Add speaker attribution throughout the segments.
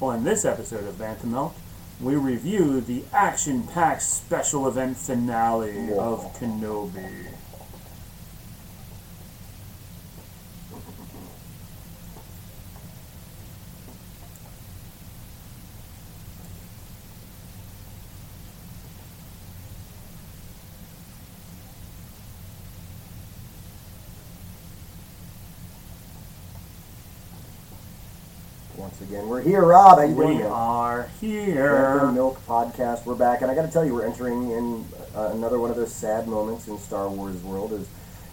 Speaker 1: On this episode of Bantamel, we review the action-packed special event finale of Kenobi.
Speaker 2: Once again, we're here, Rob. How you doing?
Speaker 1: We
Speaker 2: man?
Speaker 1: are
Speaker 2: Panther
Speaker 1: here.
Speaker 2: Milk Podcast. We're back, and I got to tell you, we're entering in uh, another one of those sad moments in Star Wars world. Is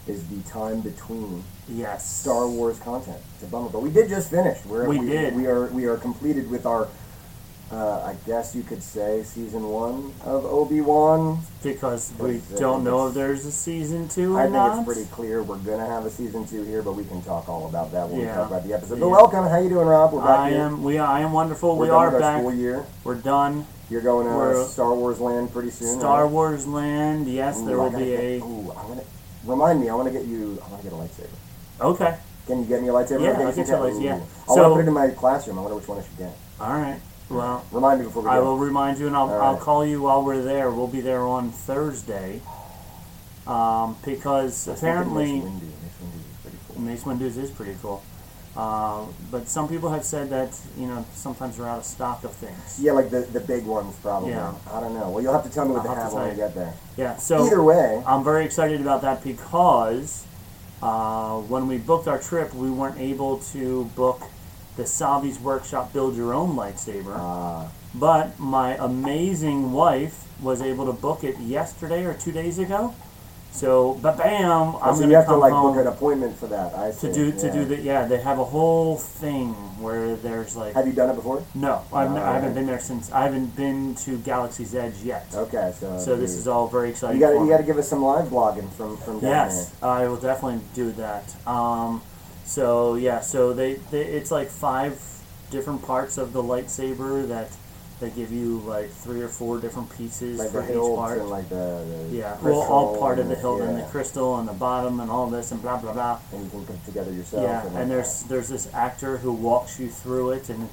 Speaker 2: is the time between
Speaker 1: Yes.
Speaker 2: Star Wars content? It's a bummer, but we did just finish. We're,
Speaker 1: We did.
Speaker 2: We are we are completed with our, uh, I guess you could say, season one of Obi Wan.
Speaker 1: Because we
Speaker 2: Because, uh,
Speaker 1: don't know
Speaker 2: it's-
Speaker 1: if there's a season two or
Speaker 2: I think
Speaker 1: not.
Speaker 2: it's pretty clear we're gonna have a season two here, but we can talk all about that when we
Speaker 1: Yeah.
Speaker 2: talk about the episode.
Speaker 1: Yeah.
Speaker 2: But welcome. How you doing, Rob? We're back
Speaker 1: I
Speaker 2: here.
Speaker 1: am. We. I am wonderful.
Speaker 2: We're
Speaker 1: we
Speaker 2: done
Speaker 1: are
Speaker 2: with our
Speaker 1: back.
Speaker 2: school year.
Speaker 1: We're done.
Speaker 2: You're going to
Speaker 1: We're-
Speaker 2: Star Wars land pretty soon.
Speaker 1: Star
Speaker 2: right?
Speaker 1: Wars Land. Yes,
Speaker 2: Ooh,
Speaker 1: there
Speaker 2: I
Speaker 1: will
Speaker 2: gotta
Speaker 1: be
Speaker 2: get-
Speaker 1: a.
Speaker 2: Ooh, I'm gonna remind me. I want to get you. I want to get a lightsaber.
Speaker 1: Okay.
Speaker 2: Can you get me a lightsaber?
Speaker 1: Yeah,
Speaker 2: Okay,
Speaker 1: I'll
Speaker 2: can
Speaker 1: get you a
Speaker 2: get-
Speaker 1: lights- yeah.
Speaker 2: ooh. I want
Speaker 1: So-
Speaker 2: to put it in my classroom. I wonder which one I should get.
Speaker 1: All right. Well,
Speaker 2: Remind me before we
Speaker 1: I
Speaker 2: go.
Speaker 1: will remind you, and I'll,
Speaker 2: All
Speaker 1: I'll
Speaker 2: right.
Speaker 1: call you while we're there. We'll be there on Thursday. Um, because
Speaker 2: I think it makes
Speaker 1: apparently.
Speaker 2: windy. It makes windy. It's pretty cool.
Speaker 1: Mace Windows is pretty cool. Uh, but some people have said that, you know, sometimes they're out of stock of things.
Speaker 2: Yeah, like the, the big ones probably.
Speaker 1: Yeah.
Speaker 2: I don't know. Well, you'll have to tell me what
Speaker 1: I'll
Speaker 2: they
Speaker 1: have
Speaker 2: have
Speaker 1: to
Speaker 2: when I
Speaker 1: say.
Speaker 2: get there.
Speaker 1: Yeah, so
Speaker 2: Either way,
Speaker 1: I'm very excited about that because uh, when we booked our trip, we weren't able to book the Salvi's Workshop Build Your Own Lightsaber.
Speaker 2: uh,
Speaker 1: but my amazing wife was able to book it yesterday or two days ago. So, ba bam! I'm
Speaker 2: so
Speaker 1: going
Speaker 2: you have to
Speaker 1: come
Speaker 2: like
Speaker 1: home.
Speaker 2: book an appointment for that. I see.
Speaker 1: to do to
Speaker 2: yeah.
Speaker 1: do the yeah they have a whole thing where there's like
Speaker 2: Have you done it before?
Speaker 1: No, I've, I haven't
Speaker 2: Alright.
Speaker 1: been there since. I haven't been to Galaxy's Edge yet.
Speaker 2: Okay, so
Speaker 1: So this
Speaker 2: you-
Speaker 1: is all very exciting.
Speaker 2: You got
Speaker 1: for
Speaker 2: you
Speaker 1: me.
Speaker 2: got to give us some live blogging from from down
Speaker 1: Yes, I will definitely do that. Um, so yeah, so they, they it's like five different parts of the lightsaber that they give you like three or four different pieces
Speaker 2: there. Like
Speaker 1: for
Speaker 2: the
Speaker 1: each
Speaker 2: hilts
Speaker 1: part.
Speaker 2: and like the, the
Speaker 1: yeah, well, all
Speaker 2: crystal
Speaker 1: part of
Speaker 2: and
Speaker 1: the hilt and the
Speaker 2: yeah.
Speaker 1: crystal and the bottom and all this and blah blah blah.
Speaker 2: and you can put it together yourself.
Speaker 1: yeah,
Speaker 2: and,
Speaker 1: and there's there's this actor who walks you through it and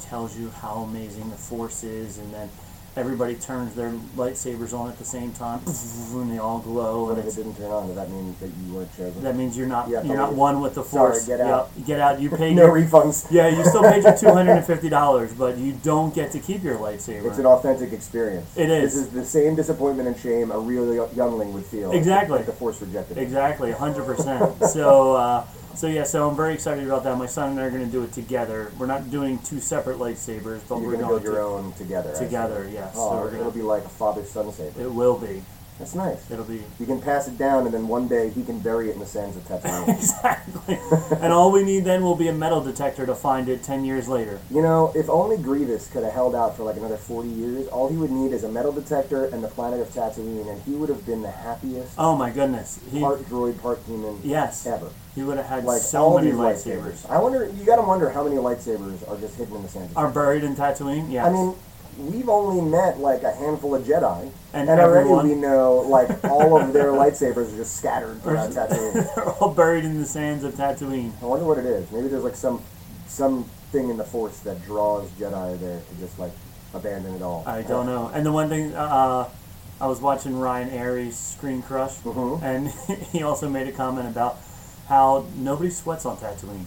Speaker 1: tells you how amazing the force is, and then everybody turns their lightsabers on at the same time, and they all glow,
Speaker 2: But
Speaker 1: and
Speaker 2: if it
Speaker 1: it's,
Speaker 2: didn't turn on, does that mean that you weren't chosen?
Speaker 1: that means you're not
Speaker 2: You have to
Speaker 1: you're not
Speaker 2: leave.
Speaker 1: one with the
Speaker 2: Sorry,
Speaker 1: force.
Speaker 2: get
Speaker 1: Yep,
Speaker 2: out.
Speaker 1: get out. You paid
Speaker 2: no
Speaker 1: your,
Speaker 2: refunds.
Speaker 1: yeah, you still paid your two hundred and fifty dollars, but you don't get to keep your lightsaber.
Speaker 2: It's an authentic experience.
Speaker 1: It is.
Speaker 2: This is the same disappointment and shame a real youngling would feel. if-
Speaker 1: Exactly.
Speaker 2: If the force rejected. him.
Speaker 1: Exactly, 100%. so, uh, so yeah, so I'm very excited about that. My son and I are going to do it together. We're not doing two separate lightsabers, but
Speaker 2: You're
Speaker 1: we're
Speaker 2: going to
Speaker 1: going
Speaker 2: build
Speaker 1: to
Speaker 2: your own together. I see.
Speaker 1: together. Yes,
Speaker 2: Oh,
Speaker 1: so we're
Speaker 2: it'll
Speaker 1: gonna,
Speaker 2: be like a father-son saber.
Speaker 1: it will be.
Speaker 2: That's nice.
Speaker 1: It'll be
Speaker 2: You can pass it down, and then one day he can bury it in the sands of Tatooine.
Speaker 1: exactly. and all we need then will be a metal detector to find it ten years later.
Speaker 2: you know, if only Grievous could have held out for like another 40 years, all he would need is a metal detector and the planet of Tatooine, and he would have been the happiest
Speaker 1: Oh my goodness, he
Speaker 2: part droid, part human
Speaker 1: yes,
Speaker 2: ever.
Speaker 1: he would have had
Speaker 2: like
Speaker 1: so
Speaker 2: all
Speaker 1: many
Speaker 2: these
Speaker 1: lightsabers.
Speaker 2: I wonder. You got to wonder how many lightsabers are just hidden in the sand.
Speaker 1: Are buried in Tatooine? Yes.
Speaker 2: I mean, we've only met like a handful of Jedi,
Speaker 1: And
Speaker 2: already
Speaker 1: everyone.
Speaker 2: we know like all of their lightsabers are just scattered around Tatooine.
Speaker 1: they're all buried in the sands of Tatooine.
Speaker 2: I wonder what it is. Maybe there's like some some thing in the Force that draws Jedi there to just like abandon it all.
Speaker 1: I don't know. And the one thing, uh, I was watching Ryan Airy's Screen Crush,
Speaker 2: Mm-hmm.
Speaker 1: and he also made a comment about how nobody sweats on Tatooine.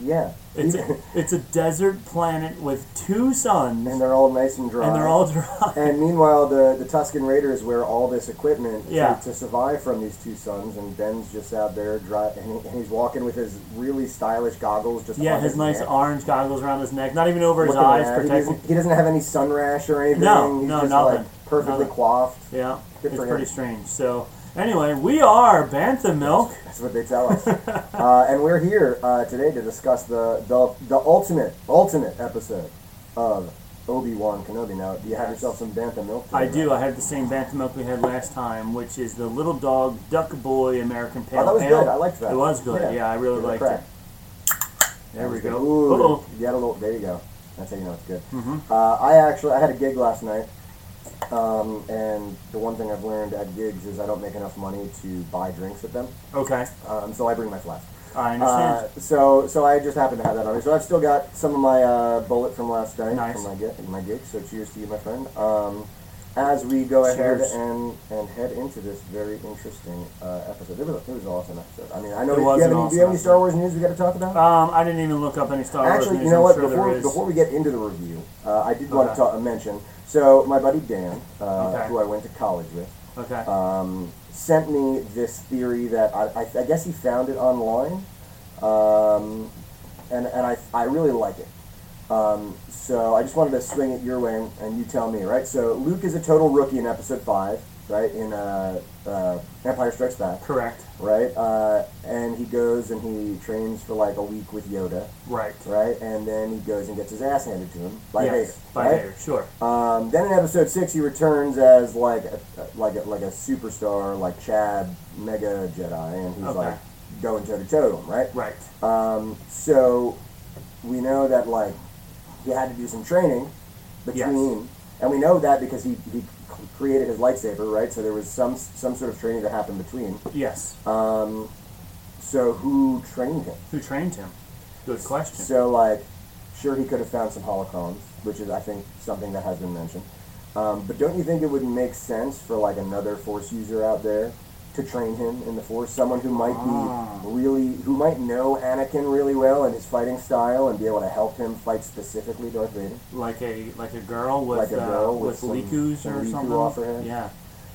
Speaker 2: Yeah,
Speaker 1: It's a, it's a desert planet with two suns,
Speaker 2: and they're all nice and dry.
Speaker 1: and they're all dry.
Speaker 2: And meanwhile, the, the Tuscan Raiders wear all this equipment
Speaker 1: Yeah.
Speaker 2: to, to survive from these two suns, and Ben's just out there dry, and, he, and he's walking with his really stylish goggles just
Speaker 1: Yeah,
Speaker 2: on
Speaker 1: his nice
Speaker 2: neck,
Speaker 1: orange goggles around his neck, not even over his
Speaker 2: looking
Speaker 1: eyes,
Speaker 2: rad. He
Speaker 1: protecting.
Speaker 2: doesn't, he doesn't have any sun rash or anything.
Speaker 1: No,
Speaker 2: he's
Speaker 1: no,
Speaker 2: just
Speaker 1: nothing.
Speaker 2: like perfectly
Speaker 1: Nothing.
Speaker 2: coiffed.
Speaker 1: Yeah,
Speaker 2: Good
Speaker 1: it's
Speaker 2: for him.
Speaker 1: pretty strange. So, Anyway, we are Bantha Milk.
Speaker 2: That's what they tell us. uh, and we're here uh, today to discuss the, the the ultimate ultimate episode of Obi Wan Kenobi. Now, do you have yourself some bantha milk? to
Speaker 1: I
Speaker 2: drink?
Speaker 1: do. I have the same Bantha Milk we had last time, which is the Little Dog Duck Boy American Pale
Speaker 2: Oh, that was
Speaker 1: Ale.
Speaker 2: good. I liked that.
Speaker 1: It was good. Yeah, I really
Speaker 2: Give it a
Speaker 1: liked
Speaker 2: crack.
Speaker 1: it. There
Speaker 2: That
Speaker 1: we
Speaker 2: was good.
Speaker 1: go.
Speaker 2: Ooh,
Speaker 1: Uh-oh. Mm-hmm.
Speaker 2: you had a little. There you go. That's how you know it's good. Uh, I actually I had a gig last night, um, and the one thing I've learned at gigs is I don't make enough money to buy drinks at them,
Speaker 1: Okay,
Speaker 2: um, so I bring my flask.
Speaker 1: I understand.
Speaker 2: Uh, so so I just happened to have that on me. So I've still got some of my uh, bullet from last night
Speaker 1: Nice.
Speaker 2: from my gig, my gig. So cheers to you, my friend. Um, as we go
Speaker 1: Cheers.
Speaker 2: ahead and, and head into this very interesting uh, episode, it was, it was an awesome episode. I mean, I know
Speaker 1: It
Speaker 2: we, do
Speaker 1: was
Speaker 2: you have,
Speaker 1: an
Speaker 2: any, do you
Speaker 1: awesome
Speaker 2: have any Star Wars news we got to talk about?
Speaker 1: um, I didn't even look up any Star Wars
Speaker 2: Actually,
Speaker 1: news.
Speaker 2: you know
Speaker 1: I'm
Speaker 2: what?
Speaker 1: sure there
Speaker 2: before,
Speaker 1: is.
Speaker 2: before we get into the review, uh, I did want
Speaker 1: Okay.
Speaker 2: to talk, mention. So my buddy Dan, uh,
Speaker 1: Okay.
Speaker 2: who I went to college with,
Speaker 1: okay.
Speaker 2: um, sent me this theory that I, I, I guess he found it online, um, and and I, I really like it. Um, so I just wanted to swing it your way, and, and you tell me, right? So Luke is a total rookie in Episode Five, right? In uh, uh, Empire Strikes Back,
Speaker 1: Correct.
Speaker 2: right? Uh, and he goes and he trains for like a week with Yoda
Speaker 1: Right.
Speaker 2: right? And then he goes and gets his ass handed to him by
Speaker 1: yes.
Speaker 2: Vader,
Speaker 1: By
Speaker 2: right?
Speaker 1: Vader. Sure.
Speaker 2: Um, then in episode six, he returns as like a, like a, like a superstar, like Chad, mega Jedi, and he's
Speaker 1: Okay.
Speaker 2: like going toe to toe with him, right?
Speaker 1: Right.
Speaker 2: Um, so we know that like he had to do some training between, and we know that because he, he created his lightsaber, right? So there was some some sort of training that happened between.
Speaker 1: Yes.
Speaker 2: Um, so who trained him?
Speaker 1: Who trained him? Good question.
Speaker 2: So like, sure he could have found some holocrons, which is I think something that has been mentioned. Um, but don't you think it would make sense for like another force user out there to train him in the force? Someone who might be really, who might know Anakin really well and his fighting style, and be able to help him fight specifically Darth Vader.
Speaker 1: like a like a girl with
Speaker 2: Like a
Speaker 1: uh,
Speaker 2: girl
Speaker 1: with,
Speaker 2: with some-
Speaker 1: Liku's
Speaker 2: some
Speaker 1: or
Speaker 2: Liku
Speaker 1: something.
Speaker 2: offerhand.
Speaker 1: Yeah.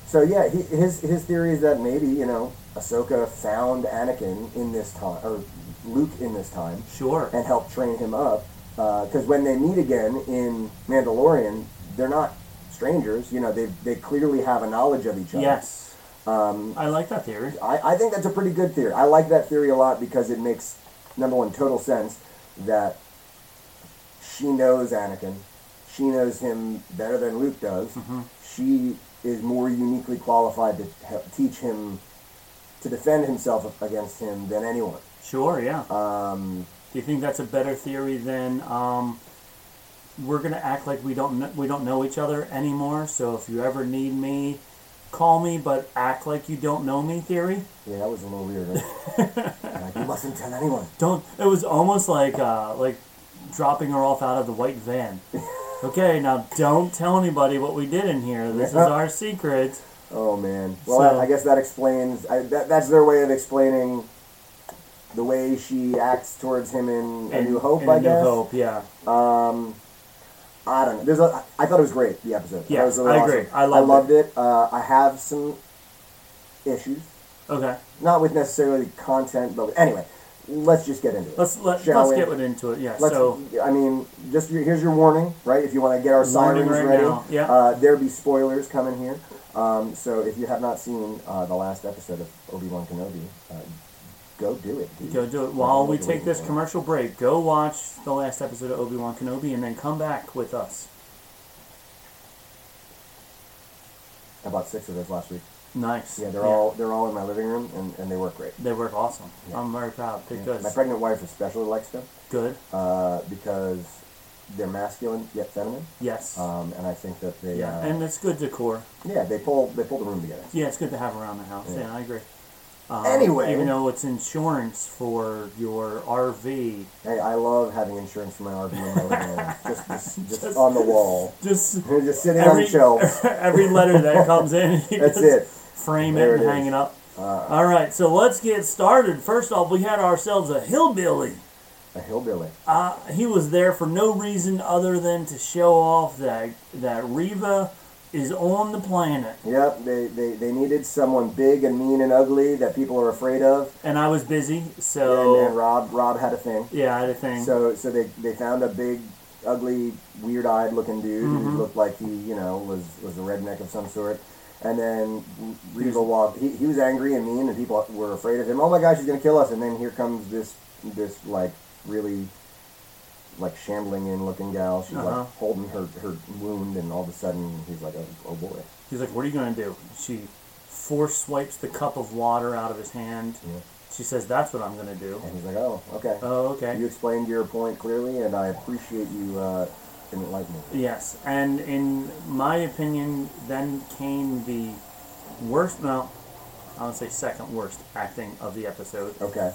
Speaker 2: So yeah, he, his his theory is that maybe you know Ahsoka found Anakin in this time, or Luke in this time,
Speaker 1: Sure.
Speaker 2: and help train him up. Because when they meet again in Mandalorian, they're not strangers. You know, they they clearly have a knowledge of each other.
Speaker 1: yes. Um, I like that theory.
Speaker 2: I, I think that's a pretty good theory. I like that theory a lot because it makes number one total sense that she knows Anakin, she knows him better than Luke does. She is more uniquely qualified to help teach him to defend himself against him than anyone.
Speaker 1: Sure. Yeah. Um, Do you think that's a better theory than um, we're gonna act like we don't kn- we don't know each other anymore? So if you ever need me, call me, but act like you don't know me. Theory.
Speaker 2: Yeah, that was a little weird. Right? like, you mustn't tell anyone.
Speaker 1: Don't. It was almost like uh, like dropping her off out of the white van. Okay, now don't tell anybody what we did in here. This is our secret.
Speaker 2: Oh man. Well,
Speaker 1: So-
Speaker 2: I, I guess that explains. I, that, that's their way of explaining the way she acts towards him in A New Hope.
Speaker 1: in A
Speaker 2: I
Speaker 1: New
Speaker 2: guess.
Speaker 1: Hope, yeah.
Speaker 2: I don't know. There's a, I thought it was great the episode.
Speaker 1: Yeah,
Speaker 2: it was really
Speaker 1: I agree.
Speaker 2: awesome.
Speaker 1: I loved
Speaker 2: it. Uh, I have some issues,
Speaker 1: Okay.
Speaker 2: not with necessarily content, but with, anyway, let's just get into it.
Speaker 1: Let's let,
Speaker 2: Shall
Speaker 1: let's
Speaker 2: we?
Speaker 1: get right into it. Yeah.
Speaker 2: Let's,
Speaker 1: so
Speaker 2: I mean, just your, here's your warning, right? If you want to get our
Speaker 1: Warning
Speaker 2: sirens
Speaker 1: right
Speaker 2: ready,
Speaker 1: now, yeah.
Speaker 2: uh, there be spoilers coming here. Um, so if you have not seen uh, the last episode of Obi Wan Kenobi, uh, go do it. dude.
Speaker 1: go do it. While we
Speaker 2: Go
Speaker 1: take
Speaker 2: do
Speaker 1: this
Speaker 2: it.
Speaker 1: commercial break, go watch the last episode of Obi Wan Kenobi, and then come back with us.
Speaker 2: I bought six of those last week.
Speaker 1: Nice.
Speaker 2: Yeah, they're all they're all in my living room, and, and they work great.
Speaker 1: They work awesome. I'm very proud. They're good.
Speaker 2: My pregnant wife especially likes them
Speaker 1: good.
Speaker 2: uh, because they're masculine yet feminine,
Speaker 1: Yes.
Speaker 2: um, and I think that they
Speaker 1: yeah.
Speaker 2: uh,
Speaker 1: And it's good decor.
Speaker 2: yeah they pull they pull the room together.
Speaker 1: Yeah, it's good to have around the house. Yeah, I agree. Um,
Speaker 2: Anyway.
Speaker 1: even though it's insurance for your RV,
Speaker 2: Hey, I love having insurance for my RV in my living room, just, just, just
Speaker 1: Just-
Speaker 2: on the wall.
Speaker 1: just
Speaker 2: They're just sitting
Speaker 1: every
Speaker 2: on shelves.
Speaker 1: every letter that comes in, you
Speaker 2: That's
Speaker 1: just
Speaker 2: it.
Speaker 1: Frame
Speaker 2: There
Speaker 1: it and
Speaker 2: it is. Uh-uh.
Speaker 1: hang it up. All right, so let's get started. First off, we had ourselves a hillbilly.
Speaker 2: A hillbilly.
Speaker 1: Uh, he was there for no reason other than to show off that that Reva is on the planet,
Speaker 2: Yep, they, they, they needed someone big and mean and ugly that people are afraid of.
Speaker 1: and I was busy,
Speaker 2: And, and
Speaker 1: so
Speaker 2: Rob Rob had a thing.
Speaker 1: yeah, I had a thing.
Speaker 2: So so they, they found a big, Mm-hmm. ugly, weird eyed looking dude who looked like he, you know, was, was a redneck of some sort. And then Regal walked. He, he was angry and mean, and people were afraid of him. Oh my gosh, he's gonna kill us! And then here comes this this like really like shambling in looking gal. She's
Speaker 1: Uh-huh.
Speaker 2: like holding her her wound, and all of a sudden he's like, oh, oh boy.
Speaker 1: He's like, "What are you going to do?" She force swipes the cup of water out of his hand. She says, "That's what I'm going to do."
Speaker 2: And he's like, oh okay.
Speaker 1: Oh, okay.
Speaker 2: You explained your point clearly, and I appreciate you uh, enlightening. me.
Speaker 1: Yes, and in my opinion, then came the worst. No, I would say second worst acting of the episode.
Speaker 2: Okay.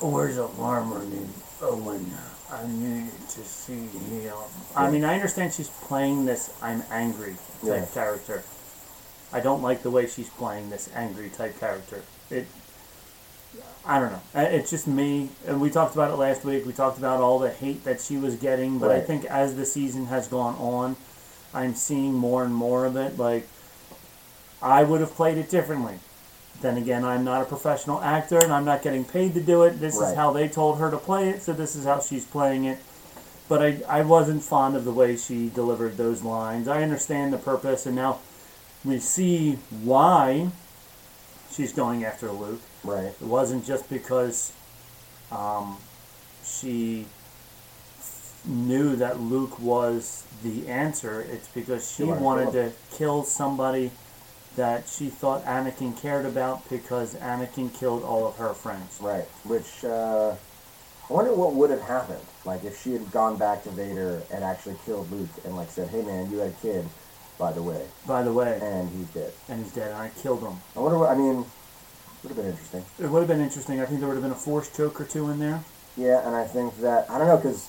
Speaker 1: Where's the armor, dude? Owen? I needed to see him. I mean, I understand she's playing this "I'm angry" type
Speaker 2: Yeah.
Speaker 1: character. I don't like the way she's playing this angry type character. It, I don't know. I- It's just me. And we talked about it last week. We talked about all the hate that she was getting. But I
Speaker 2: Right.
Speaker 1: think as the season has gone on, I'm seeing more and more of it. Like, I would have played it differently. Then again, I'm not a professional actor and I'm not getting paid to do it. This is
Speaker 2: Right.
Speaker 1: how they told her to play it, so this is how she's playing it. But I, I wasn't fond of the way she delivered those lines. I understand the purpose, and now we see why she's going after Luke.
Speaker 2: Right.
Speaker 1: It wasn't just because um, she knew that Luke was the answer. It's because she
Speaker 2: Sure,
Speaker 1: wanted
Speaker 2: sure.
Speaker 1: to kill somebody that she thought Anakin cared about because Anakin killed all of her friends.
Speaker 2: Right. Which uh, I wonder what would have happened. Like if she had gone back to Vader and actually killed Luke and like said, "Hey man, you had a kid, by the way,
Speaker 1: By the way,
Speaker 2: and he's dead."
Speaker 1: and he's dead, and I killed him.
Speaker 2: I wonder what. I mean, would have been interesting.
Speaker 1: It would have been interesting. I think there would have been a force choke or two in there.
Speaker 2: Yeah, and I think that I don't know because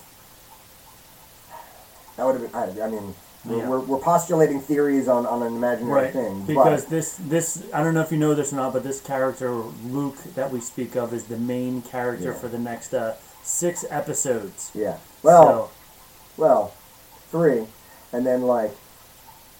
Speaker 2: that would have been. I, I mean, we're,
Speaker 1: Yeah.
Speaker 2: we're, we're postulating theories on, on an imaginary
Speaker 1: Right,
Speaker 2: thing,
Speaker 1: because
Speaker 2: but
Speaker 1: this this I don't know if you know this or not, but this character Luke that we speak of is the main character
Speaker 2: Yeah.
Speaker 1: for the next uh, six episodes.
Speaker 2: yeah. Well, well, three, and then like,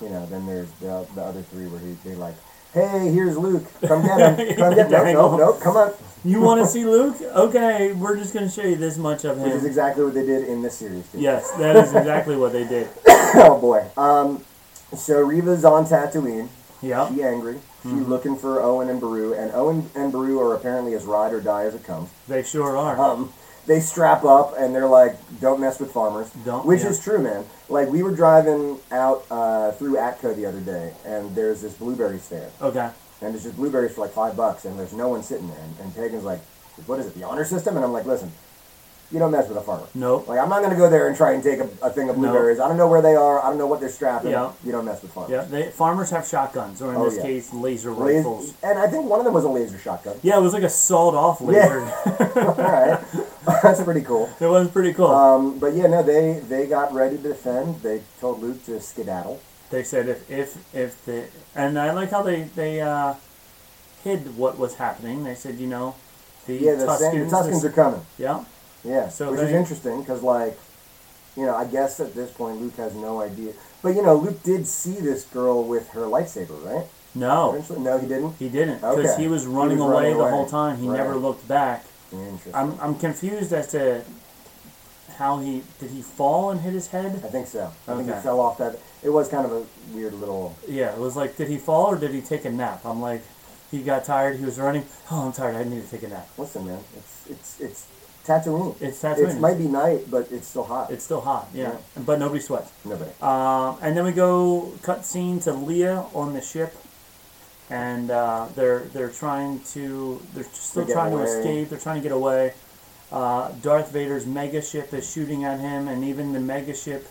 Speaker 2: you know, then there's the, the other three where he they like, hey, here's Luke, come get him, come get him, nope,
Speaker 1: Dangle.
Speaker 2: nope, nope, come on,
Speaker 1: so you want to see Luke? Okay, we're just going to show you this much of
Speaker 2: which is
Speaker 1: him.
Speaker 2: exactly what they did in this series. Too.
Speaker 1: Yes, that is exactly what they did.
Speaker 2: oh boy. Um, so Reva's on Tatooine.
Speaker 1: Yeah,
Speaker 2: She angry. She
Speaker 1: Mm-hmm.
Speaker 2: looking for Owen and Baru, and Owen and Baru are apparently as ride or die as it comes.
Speaker 1: they sure are.
Speaker 2: Um, they strap up and they're like, "Don't mess with farmers,"
Speaker 1: Don't-
Speaker 2: which
Speaker 1: yeah.
Speaker 2: is true, man. Like we were driving out uh, through Atco the other day, and there's this blueberry stand,
Speaker 1: Okay,
Speaker 2: and it's just blueberries for like five bucks, and there's no one sitting there. And, and Pagan's like, "What is it? The honor system?" And I'm like, "Listen, you don't mess with a farmer.
Speaker 1: Nope.
Speaker 2: Like I'm not gonna go there and try and take a, a thing of
Speaker 1: No.
Speaker 2: blueberries. I don't know where they are. I don't know what they're strapping.
Speaker 1: Yeah.
Speaker 2: You don't mess with farmers.
Speaker 1: yeah. They, farmers have shotguns, or in
Speaker 2: Oh,
Speaker 1: this
Speaker 2: yeah.
Speaker 1: case, laser
Speaker 2: Las-
Speaker 1: rifles.
Speaker 2: and I think one of them was a laser shotgun.
Speaker 1: Yeah, it was like a sawed-off laser.
Speaker 2: All right, that's pretty cool.
Speaker 1: it was pretty cool.
Speaker 2: Um, but yeah, no, they they got ready to defend. They told Luke to skedaddle.
Speaker 1: They said if if if the and I like how they they uh, hid what was happening. They said you know the
Speaker 2: Yeah, the Tuscans,
Speaker 1: Tuscans,
Speaker 2: the Tuscans are coming.
Speaker 1: yeah
Speaker 2: Yeah,
Speaker 1: So
Speaker 2: which is
Speaker 1: they-
Speaker 2: interesting because like, you know, I guess at this point Luke has no idea. But you know, Luke did see this girl with her lightsaber, right?
Speaker 1: no
Speaker 2: Eventually, no, he didn't.
Speaker 1: he didn't because
Speaker 2: Okay.
Speaker 1: he was
Speaker 2: He
Speaker 1: running
Speaker 2: was
Speaker 1: away
Speaker 2: running
Speaker 1: the
Speaker 2: away.
Speaker 1: whole time. He
Speaker 2: Right.
Speaker 1: never looked back.
Speaker 2: Interesting.
Speaker 1: I'm I'm confused as to how he did he fall and hit his head.
Speaker 2: I think so. I think
Speaker 1: Okay.
Speaker 2: he fell off that. It was kind of a weird little.
Speaker 1: Yeah, it was like did he fall or did he take a nap? I'm like he got tired. He was running. Oh, I'm tired. I need to take a nap.
Speaker 2: Listen, man, it's it's it's Tatooine.
Speaker 1: It's Tatooine.
Speaker 2: It might be night, but it's still hot.
Speaker 1: It's still hot. Yeah, but nobody sweats.
Speaker 2: nobody.
Speaker 1: Um, and then we go cutscene to Leia on the ship, and uh, they're they're trying to they're still
Speaker 2: They're getting
Speaker 1: trying
Speaker 2: away.
Speaker 1: to escape. They're trying to get away. Uh, Darth Vader's mega ship is shooting at him, and even the mega ship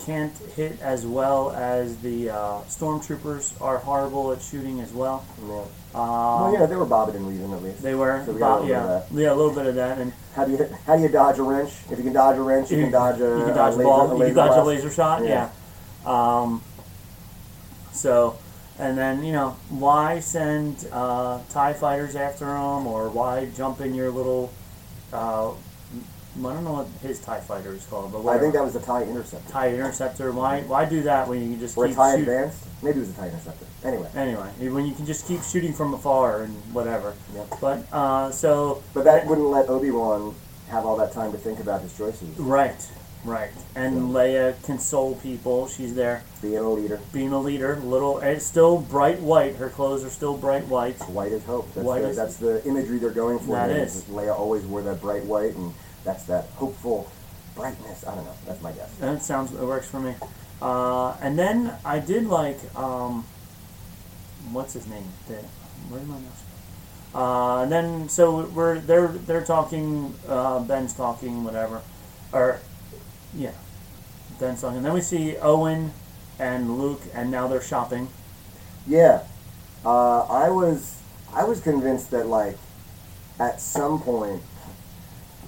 Speaker 1: can't hit as well as the uh, stormtroopers are horrible at shooting as well. Uh,
Speaker 2: yeah. well, Oh, yeah, they were bobbing and weaving at least.
Speaker 1: Um, They were,
Speaker 2: So we got a
Speaker 1: bo-
Speaker 2: little bit
Speaker 1: yeah,
Speaker 2: of
Speaker 1: yeah, a little bit of that, and
Speaker 2: How do you how do you dodge a wrench? If you can dodge a wrench, you can dodge a
Speaker 1: you can dodge a,
Speaker 2: laser,
Speaker 1: ball, you can dodge a
Speaker 2: blast.
Speaker 1: laser shot, yeah.
Speaker 2: Yeah.
Speaker 1: Um, so, and then you know why send uh, Tie fighters after him, or why jump in your little? Uh, m- I don't know what his Tie fighter is called, but
Speaker 2: I
Speaker 1: whatever.
Speaker 2: think that was a tie interceptor
Speaker 1: Tie interceptor. Why why do that when you can just
Speaker 2: or a
Speaker 1: keep
Speaker 2: tie
Speaker 1: shooting?
Speaker 2: advanced. Maybe it was a tie interceptor. Anyway,
Speaker 1: Anyway, when you can just keep shooting from afar and whatever.
Speaker 2: Yeah.
Speaker 1: But uh, so
Speaker 2: but that wouldn't let Obi Wan have all that time to think about his choices.
Speaker 1: right. Right. And Leia console people. She's there
Speaker 2: Being a leader,
Speaker 1: being a leader. Little. and It's still bright white. Her clothes are still bright white.
Speaker 2: white as hope. That's,
Speaker 1: White
Speaker 2: the,
Speaker 1: as-
Speaker 2: that's the imagery they're going for.
Speaker 1: That
Speaker 2: here,
Speaker 1: is.
Speaker 2: Leia always wore that bright white, and that's that hopeful brightness. I don't know. That's my guess.
Speaker 1: That sounds. It works for me. Uh, and then I did like. Um, what's his name? The, where did my mouse go? Uh, and then so we're they're they're talking. Uh, Ben's talking. Whatever. Or yeah, Ben's talking. then we see Owen and Luke, and now they're shopping.
Speaker 2: Yeah, uh, I was I was convinced that like at some point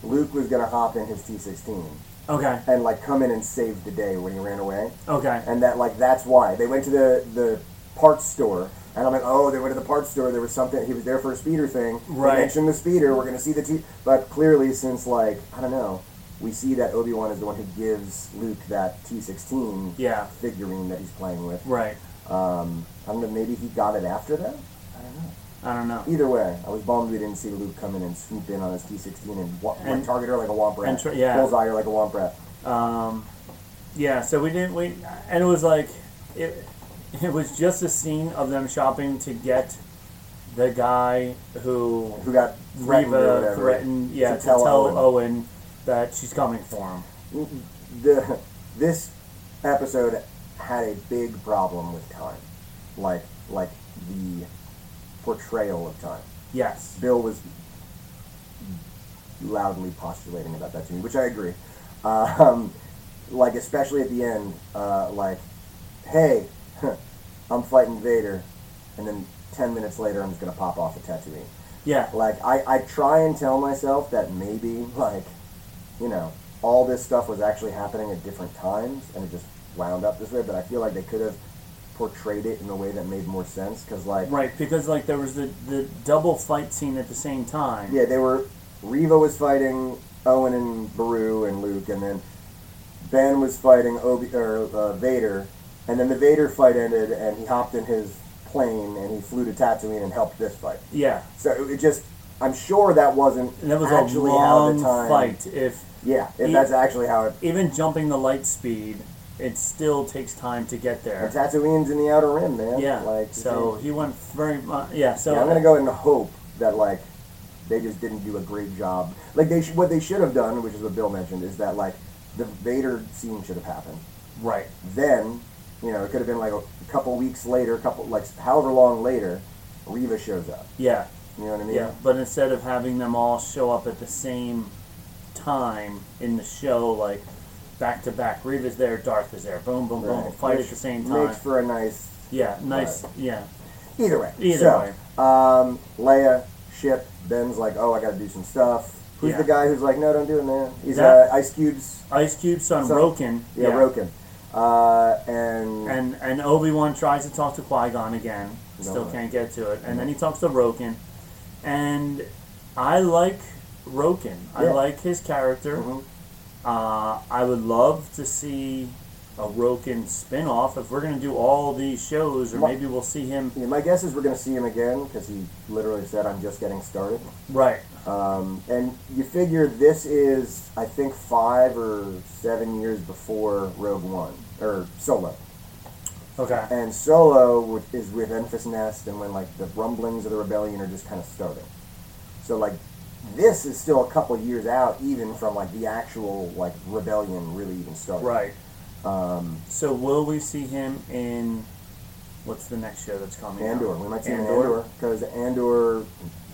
Speaker 2: Luke was gonna hop in his T sixteen
Speaker 1: Okay.
Speaker 2: and like come in and save the day when he ran away,
Speaker 1: Okay.
Speaker 2: and that like that's why they went to the the parts store. And I'm like, oh, they went to the parts store. There was something. He was there for a speeder thing. They
Speaker 1: Right.
Speaker 2: mentioned the speeder. We're gonna see the T. But clearly, since like I don't know, we see that Obi Wan is the one who gives Luke that T16
Speaker 1: Yeah.
Speaker 2: figurine that he's playing with.
Speaker 1: Right.
Speaker 2: Um, I don't know. Maybe he got it after that.
Speaker 1: I don't know.
Speaker 2: Either way, I was bummed we didn't see Luke come in and swoop in on his T16 and, wa-
Speaker 1: And-
Speaker 2: and target her like a womp rat.
Speaker 1: and tr- yeah.
Speaker 2: Bullseye her like a womp rat.
Speaker 1: Yeah, so we didn't we, and it was like it, it was just a scene of them shopping to get the guy who
Speaker 2: Who got threatened or
Speaker 1: Reva
Speaker 2: whatever.
Speaker 1: threatened, yeah, to, tell, Owen. that she's coming for him.
Speaker 2: The, this episode had a big problem with time. Like, like the portrayal of time.
Speaker 1: Yes,
Speaker 2: Bill was loudly postulating about that to me, which I agree. Um, like, especially at the end, uh, like, hey, I'm fighting Vader, and then 10 minutes later, I'm just going to pop off a Tatooine.
Speaker 1: yeah,
Speaker 2: Like, I, I try and tell myself that maybe, like, you know, all this stuff was actually happening at different times, and it just wound up this way, but I feel like they could have portrayed it in a way that made more sense, because, like,
Speaker 1: right. Because like there was the the double fight scene at the same time.
Speaker 2: Yeah, they were. Reva was fighting Owen and Baru and Luke, and then Ben was fighting Obi or uh, Vader, and then the Vader fight ended, and he hopped in his plane and he flew to Tatooine and helped this fight.
Speaker 1: yeah.
Speaker 2: So it- it just, I'm sure that wasn't
Speaker 1: And that was
Speaker 2: actually
Speaker 1: a
Speaker 2: how
Speaker 1: long
Speaker 2: the time.
Speaker 1: fight. If
Speaker 2: Yeah, if
Speaker 1: He-
Speaker 2: that's actually how it.
Speaker 1: even jumping the light speed, it still takes time to get there.
Speaker 2: And Tatooine's in the Outer Rim, man.
Speaker 1: Yeah.
Speaker 2: Like
Speaker 1: so he went very much. Yeah. So
Speaker 2: Yeah, I'm gonna go ahead and hope that like they just didn't do a great job. Like they sh- what they should have done, which is what Bill mentioned, is that like the Vader scene should have happened.
Speaker 1: right.
Speaker 2: Then you know it could have been like a couple weeks later, couple like however long later, Reva shows up.
Speaker 1: Yeah.
Speaker 2: You know what I mean?
Speaker 1: Yeah, but instead of having them all show up at the same time in the show, like back to back, Reva's there, Darth is there, boom, boom, boom,
Speaker 2: Right.
Speaker 1: fight
Speaker 2: Which
Speaker 1: at the same time.
Speaker 2: Makes for a nice
Speaker 1: yeah, nice. Yeah,
Speaker 2: either way.
Speaker 1: Either
Speaker 2: so,
Speaker 1: way.
Speaker 2: um, Leia ship Ben's like, oh, I got to do some stuff. Who's
Speaker 1: Yeah.
Speaker 2: the guy who's like, no, don't do it, man? He's
Speaker 1: That-
Speaker 2: uh, Ice Cube's,
Speaker 1: Ice Cube's son
Speaker 2: So-
Speaker 1: Roken.
Speaker 2: yeah, Roken. Uh, and
Speaker 1: And and Obi Wan tries to talk to Qui Gon again, still
Speaker 2: No.
Speaker 1: can't get to it, and then he talks to Roken, and I like Roken. I
Speaker 2: Yeah. Mm-hmm.
Speaker 1: like his character. Uh, I would love to see a Roken spin-off if we're going to do all these shows, or
Speaker 2: Well-
Speaker 1: maybe we'll see him.
Speaker 2: Yeah, my guess is we're going to see him again because he literally said, "I'm just getting started."
Speaker 1: Right.
Speaker 2: Um, and you figure this is, I think, five or seven years before Rogue One or Solo,
Speaker 1: Okay.
Speaker 2: and Solo with- is with Emphas Nest, and when like the rumblings of the rebellion are just kind of starting. So like, this is still a couple years out, even from like the actual like rebellion really even starting.
Speaker 1: Right. Um, so will we see him in what's the next show that's coming? out?
Speaker 2: Andor, we might see him in
Speaker 1: Andor?
Speaker 2: Andor because Andor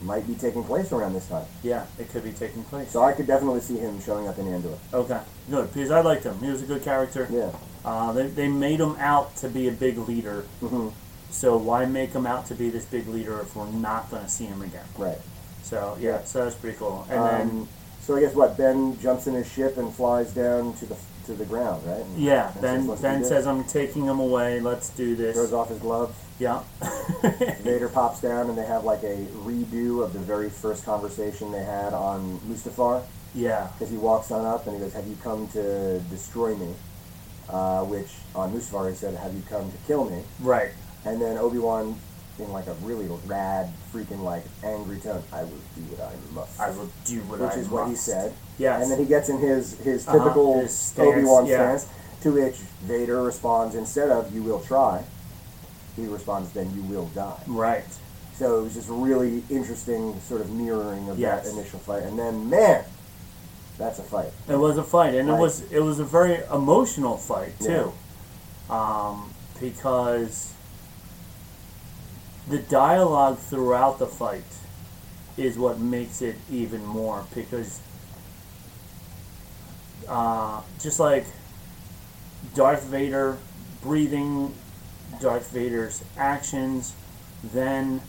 Speaker 2: might be taking place around this time.
Speaker 1: Yeah, it could be taking place.
Speaker 2: So I could definitely see him showing up in Andor.
Speaker 1: Okay, good because I liked him. He was a good character.
Speaker 2: Yeah.
Speaker 1: Uh, they, they made him out to be a big leader.
Speaker 2: Mm-hmm.
Speaker 1: So why make him out to be this big leader if we're not going to see him again?
Speaker 2: Right.
Speaker 1: So yeah, so that's pretty cool. And then
Speaker 2: Um, so I guess what Ben jumps in his ship and flies down to the to the ground, right? And-
Speaker 1: yeah,
Speaker 2: and
Speaker 1: Ben
Speaker 2: says, "Let's
Speaker 1: Ben
Speaker 2: do this."
Speaker 1: says I'm taking him away. Let's do
Speaker 2: throws
Speaker 1: this.
Speaker 2: off his glove.
Speaker 1: Yeah,
Speaker 2: Vader pops down and they have like a redo of the very first conversation they had on Mustafar
Speaker 1: yeah,
Speaker 2: because he walks on up and he goes, "Have you come to destroy me?" Uh, which on Mustafar he said, "Have you come to kill me?"
Speaker 1: right.
Speaker 2: And then Obi Wan in like a really rad, freaking like angry tone. I will do what I must.
Speaker 1: I will do what
Speaker 2: which
Speaker 1: I
Speaker 2: is what he
Speaker 1: must.
Speaker 2: said.
Speaker 1: Yes.
Speaker 2: And then he gets in his his
Speaker 1: Uh-huh,
Speaker 2: typical
Speaker 1: his stance,
Speaker 2: Obi Wan
Speaker 1: yeah.
Speaker 2: stance, to which Vader responds instead of "You will try," he responds, "Then you will die."
Speaker 1: Right.
Speaker 2: So it was just really interesting sort of mirroring of
Speaker 1: Yes.
Speaker 2: that initial fight. And then, man, that's a fight.
Speaker 1: It was a fight, and
Speaker 2: Right.
Speaker 1: it was it was a very emotional fight
Speaker 2: Yeah.
Speaker 1: too, um, because the dialogue throughout the fight is what makes it even more because uh, just like Darth Vader breathing, Darth Vader's actions, then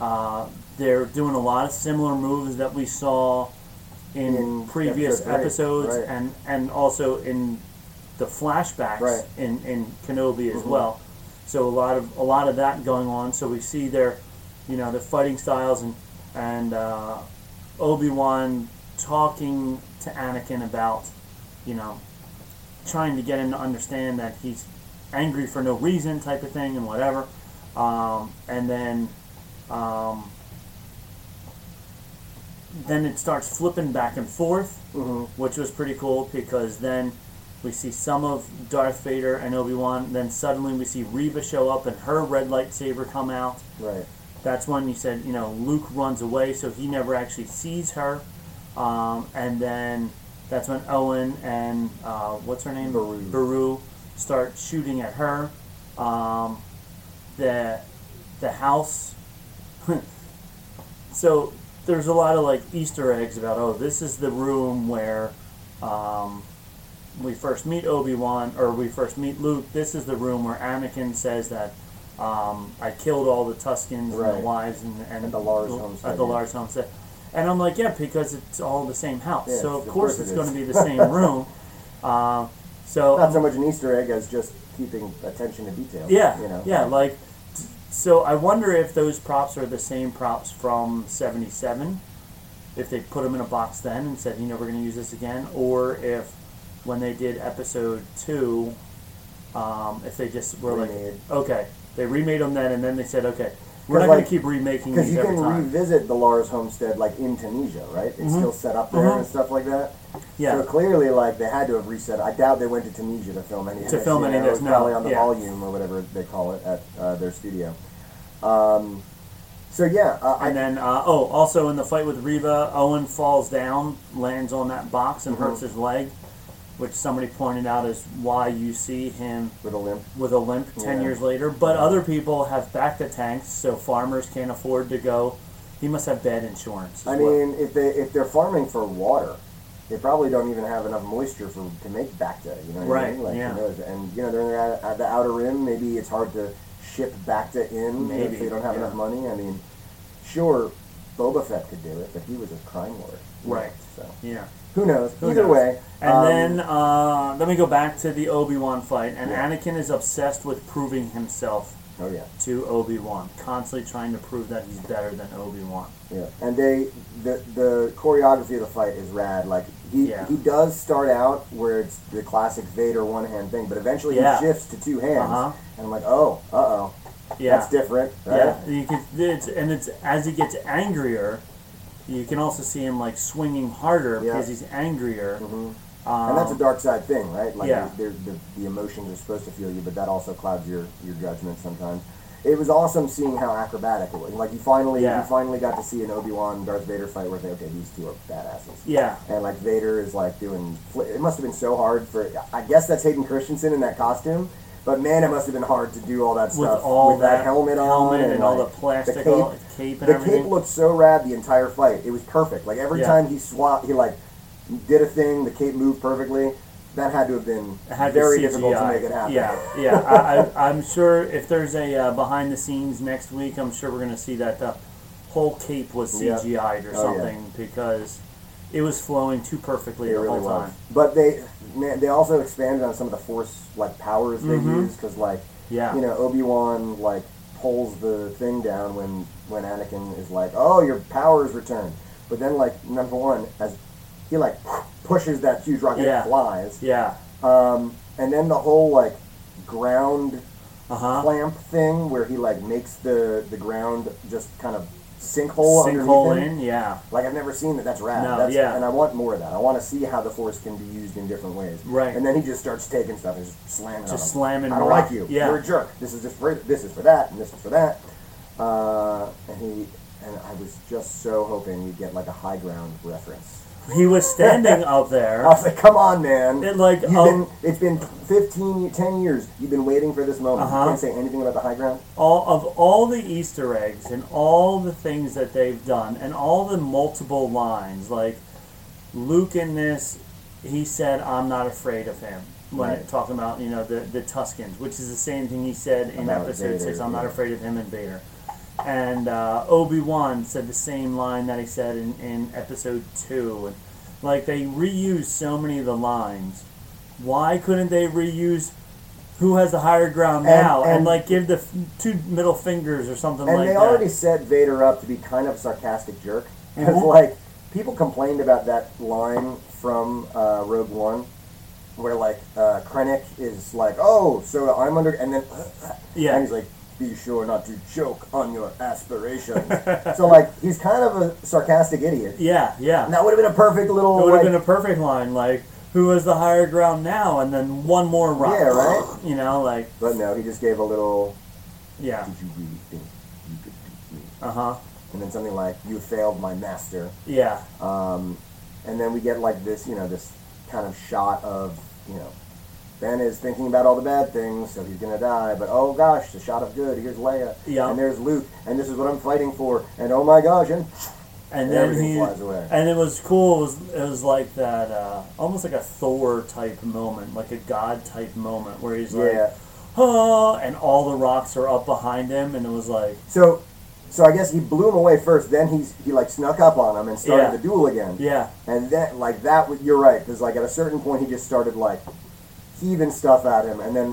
Speaker 1: uh, they're doing a lot of similar moves that we saw in,
Speaker 2: In
Speaker 1: previous
Speaker 2: episode three,
Speaker 1: episodes
Speaker 2: right.
Speaker 1: and and also in the flashbacks
Speaker 2: Right.
Speaker 1: in, in Kenobi as well. So a lot of a lot of that going on. So we see their you know their fighting styles and and uh, Obi Wan talking to Anakin about you know trying to get him to understand that he's angry for no reason type of thing and whatever. Um, and then um, then it starts flipping back and forth, which was pretty cool because then we see some of Darth Vader and Obi Wan. Then suddenly we see Reva show up and her red lightsaber come out.
Speaker 2: Right.
Speaker 1: That's when you said you know Luke runs away, so he never actually sees her. Um, and then that's when Owen and uh, what's her name
Speaker 2: Beru.
Speaker 1: Beru start shooting at her. Um, the the house so there's a lot of like Easter eggs about oh this is the room where um, we first meet Obi Wan or we first meet Luke. This is the room where Anakin says that um, I killed all the Tuskins and
Speaker 2: Right.
Speaker 1: the wives and, and
Speaker 2: At the Lars
Speaker 1: at
Speaker 2: homestead,
Speaker 1: the
Speaker 2: yeah.
Speaker 1: Lars homestead. And I'm like, yeah, because it's all the same house.
Speaker 2: Yeah,
Speaker 1: so of
Speaker 2: of
Speaker 1: course
Speaker 2: course
Speaker 1: it's
Speaker 2: it
Speaker 1: going to
Speaker 2: is.
Speaker 1: be the same room. Um, so
Speaker 2: Not so much an Easter egg as just keeping attention to detail.
Speaker 1: yeah,
Speaker 2: You know?
Speaker 1: yeah, like t- so. I wonder if those props are the same props from '77. If they put them in a box then and said, you know, we're going to use this again, or if when they did episode two, um, if they just were
Speaker 2: Remade.
Speaker 1: like, okay, they remade them then, and then they said, okay, we're not
Speaker 2: 'Cause,
Speaker 1: going
Speaker 2: like,
Speaker 1: to keep remaking
Speaker 2: Because
Speaker 1: these
Speaker 2: you
Speaker 1: every
Speaker 2: can
Speaker 1: time. Mm-hmm.
Speaker 2: revisit the Lars homestead like in Tunisia, right? It's still set up there and stuff like that.
Speaker 1: Yeah.
Speaker 2: So clearly, like they had to have reset. it. I doubt they went to Tunisia to film any. Of
Speaker 1: To
Speaker 2: this,
Speaker 1: film
Speaker 2: you
Speaker 1: any of
Speaker 2: know?
Speaker 1: this,
Speaker 2: It was
Speaker 1: no,
Speaker 2: Probably on the
Speaker 1: yeah.
Speaker 2: volume or whatever they call it at uh, their studio. Um, so yeah, uh, I
Speaker 1: and then, uh, oh, also in the fight with Reva, Owen falls down, lands on that box,
Speaker 2: Mm-hmm.
Speaker 1: and hurts his leg, which somebody pointed out is why you see him
Speaker 2: with a limp.
Speaker 1: with a limp 10
Speaker 2: Yeah.
Speaker 1: years later. But other people have back to tanks, so farmers can't afford to go. He must have bed insurance. as
Speaker 2: I
Speaker 1: well.
Speaker 2: mean, if they if they're farming for water, they probably don't even have enough moisture for to make bacta. You know what I
Speaker 1: Right,
Speaker 2: mean? Like,
Speaker 1: yeah.
Speaker 2: who knows? And you know they're in the, at the outer rim. Maybe it's hard to ship bacta in
Speaker 1: Maybe,
Speaker 2: if they don't have
Speaker 1: yeah.
Speaker 2: enough money. I mean, sure, Boba Fett could do it, but he was a crime lord. you know,
Speaker 1: Right.
Speaker 2: So
Speaker 1: yeah.
Speaker 2: who knows?
Speaker 1: Who
Speaker 2: Either
Speaker 1: knows?
Speaker 2: way.
Speaker 1: And
Speaker 2: um,
Speaker 1: then uh, let me go back to the Obi Wan fight, and Anakin is obsessed with proving himself
Speaker 2: Oh yeah.
Speaker 1: to Obi Wan, constantly trying to prove that he's better than Obi Wan.
Speaker 2: Yeah, and they the the choreography of the fight is rad. Like he
Speaker 1: Yeah.
Speaker 2: he does start out where it's the classic Vader one hand thing, but eventually
Speaker 1: Yeah.
Speaker 2: he shifts to two hands,
Speaker 1: Uh-huh.
Speaker 2: and I'm like, oh, uh oh,
Speaker 1: Yeah.
Speaker 2: that's different, right?
Speaker 1: Yeah, you can, it's, and it's as he gets angrier, you can also see him like swinging harder
Speaker 2: Yeah. Mm-hmm.
Speaker 1: because he's angrier.
Speaker 2: and that's a dark side thing, right? Like
Speaker 1: yeah.
Speaker 2: they're- the, the emotions are supposed to fuel you, but that also clouds your your judgment sometimes. It was awesome seeing how acrobatic it was. Like you finally
Speaker 1: Yeah.
Speaker 2: you finally got to see an Obi Wan Darth Vader fight where it's like, okay, these two are badasses.
Speaker 1: Yeah,
Speaker 2: and like Vader is like doing. fli- It must have been so hard for. I guess that's Hayden Christensen in that costume, but man, it must have been hard to do all that
Speaker 1: with
Speaker 2: stuff
Speaker 1: all
Speaker 2: with that, helmet on
Speaker 1: and, all the
Speaker 2: like,
Speaker 1: plastic,
Speaker 2: cape.
Speaker 1: all- cape and
Speaker 2: the
Speaker 1: everything.
Speaker 2: cape looked so rad the entire fight. It was perfect. Like every
Speaker 1: Yeah.
Speaker 2: time he swapped, he like did a thing. The cape moved perfectly. That had to have been
Speaker 1: It had to
Speaker 2: very
Speaker 1: be
Speaker 2: difficult to
Speaker 1: CGI.
Speaker 2: make it happen.
Speaker 1: Yeah, yeah. I, I, I'm sure if there's a uh, behind the scenes next week, I'm sure we're going to see that the whole cape was
Speaker 2: Yeah. Oh,
Speaker 1: CGI'd or
Speaker 2: yeah.
Speaker 1: something because it was flowing too perfectly
Speaker 2: It
Speaker 1: the
Speaker 2: really
Speaker 1: whole
Speaker 2: was.
Speaker 1: time.
Speaker 2: But they man, they also expanded on some of the force like powers they
Speaker 1: Mm-hmm.
Speaker 2: use because like
Speaker 1: Yeah.
Speaker 2: you know Obi Wan like pulls the thing down when when Anakin is like oh your power is returned but then like number one as he like pushes that huge rocket and
Speaker 1: Yeah.
Speaker 2: it flies
Speaker 1: Yeah,
Speaker 2: um, and then the whole like ground
Speaker 1: Uh-huh.
Speaker 2: clamp thing where he like makes the the ground just kind of sinkhole
Speaker 1: Sinkhole
Speaker 2: underneath him.
Speaker 1: in, yeah.
Speaker 2: Like I've never seen that. That's rad.
Speaker 1: No,
Speaker 2: that's,
Speaker 1: yeah.
Speaker 2: And I want more of that. I want to see how the force can be used in different ways.
Speaker 1: Right.
Speaker 2: And then he just starts taking stuff and just slamming.
Speaker 1: Just
Speaker 2: on him.
Speaker 1: slamming
Speaker 2: I don't
Speaker 1: rock-
Speaker 2: like you.
Speaker 1: yeah.
Speaker 2: You're a jerk. This is just for this is for that and this is for that. Uh, and he and I was just so hoping you'd get like a high ground reference.
Speaker 1: He was standing up there.
Speaker 2: I was like, come on, man.
Speaker 1: It, like,
Speaker 2: You've
Speaker 1: oh-
Speaker 2: been, it's been 15, 10 years. You've been waiting for this moment.
Speaker 1: Uh-huh.
Speaker 2: You can't say anything about the high ground.
Speaker 1: all of all the Easter eggs and all the things that they've done and all the multiple lines, like Luke in this, he said, "I'm not afraid of him." When
Speaker 2: Right.
Speaker 1: talking about you know the the Tuscans, which is the same thing he said in
Speaker 2: About
Speaker 1: Episode
Speaker 2: Vader,
Speaker 1: Six, "I'm not
Speaker 2: yeah.
Speaker 1: afraid of him and Vader." And uh, Obi Wan said the same line that he said in, in Episode Two, and like they reused so many of the lines. Why couldn't they reuse who has the higher ground
Speaker 2: And-
Speaker 1: now and,
Speaker 2: and-
Speaker 1: like give the f- two middle fingers or something
Speaker 2: And
Speaker 1: like
Speaker 2: they
Speaker 1: that?
Speaker 2: already set Vader up to be kind of a sarcastic jerk. Because,
Speaker 1: Mm-hmm.
Speaker 2: like, people complained about that line from uh, Rogue One where, like, uh, Krennic is like, oh, so I'm under. And then. uh,
Speaker 1: Yeah.
Speaker 2: And he's like, be sure not to choke on your aspirations. so, like, he's kind of a sarcastic idiot.
Speaker 1: yeah, yeah.
Speaker 2: And that would have been a perfect little.
Speaker 1: it would have
Speaker 2: like,
Speaker 1: been a perfect line, like who has the higher ground now, and then one more rock.
Speaker 2: Yeah, right?
Speaker 1: You know, like
Speaker 2: But no, he just gave a little.
Speaker 1: yeah,
Speaker 2: Did you really think you could beat me?
Speaker 1: uh huh,
Speaker 2: And then something like, you failed my master.
Speaker 1: yeah,
Speaker 2: And then we get like this, you know, this kind of shot of, you know, Ben is thinking about all the bad things, so he's gonna die. But oh gosh, the shot of good. Here's Leia,
Speaker 1: Yeah.
Speaker 2: and there's Luke, and this is what I'm fighting for. And oh my gosh, and
Speaker 1: and
Speaker 2: and
Speaker 1: then
Speaker 2: everything
Speaker 1: he
Speaker 2: flies away.
Speaker 1: and it was cool. It was it was like that, uh, almost like a Thor type moment, like a god type moment where he's like,
Speaker 2: yeah.
Speaker 1: oh, and all the rocks are up behind him, and it was like
Speaker 2: So, so I guess he blew him away first. Then he's he like snuck up on him and started
Speaker 1: Yeah.
Speaker 2: the duel again.
Speaker 1: yeah,
Speaker 2: And then, like that, was- you're right. Because like at a certain point, he just started like heaving stuff at him, and then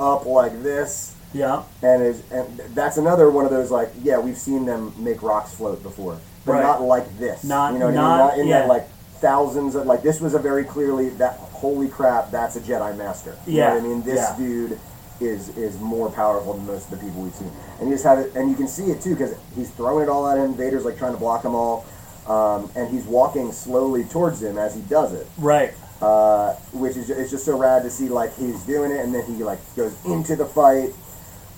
Speaker 2: up like this,
Speaker 1: yeah,
Speaker 2: and is and that's another one of those like, yeah, we've seen them make rocks float before, but
Speaker 1: Right.
Speaker 2: not like this.
Speaker 1: Not-
Speaker 2: you know what
Speaker 1: not-
Speaker 2: I mean? Not in
Speaker 1: yeah.
Speaker 2: that like thousands of like this was a very clearly that holy crap, that's a Jedi master. You
Speaker 1: Yeah,
Speaker 2: know what I mean? This
Speaker 1: yeah.
Speaker 2: dude is is more powerful than most of the people we've seen, and you just have it, and you can see it too because he's throwing it all at him. Vader's like trying to block him all. Um, and he's walking slowly towards him as he does it
Speaker 1: right,
Speaker 2: uh, which is it's just so rad to see like he's doing it and then he like goes into the fight.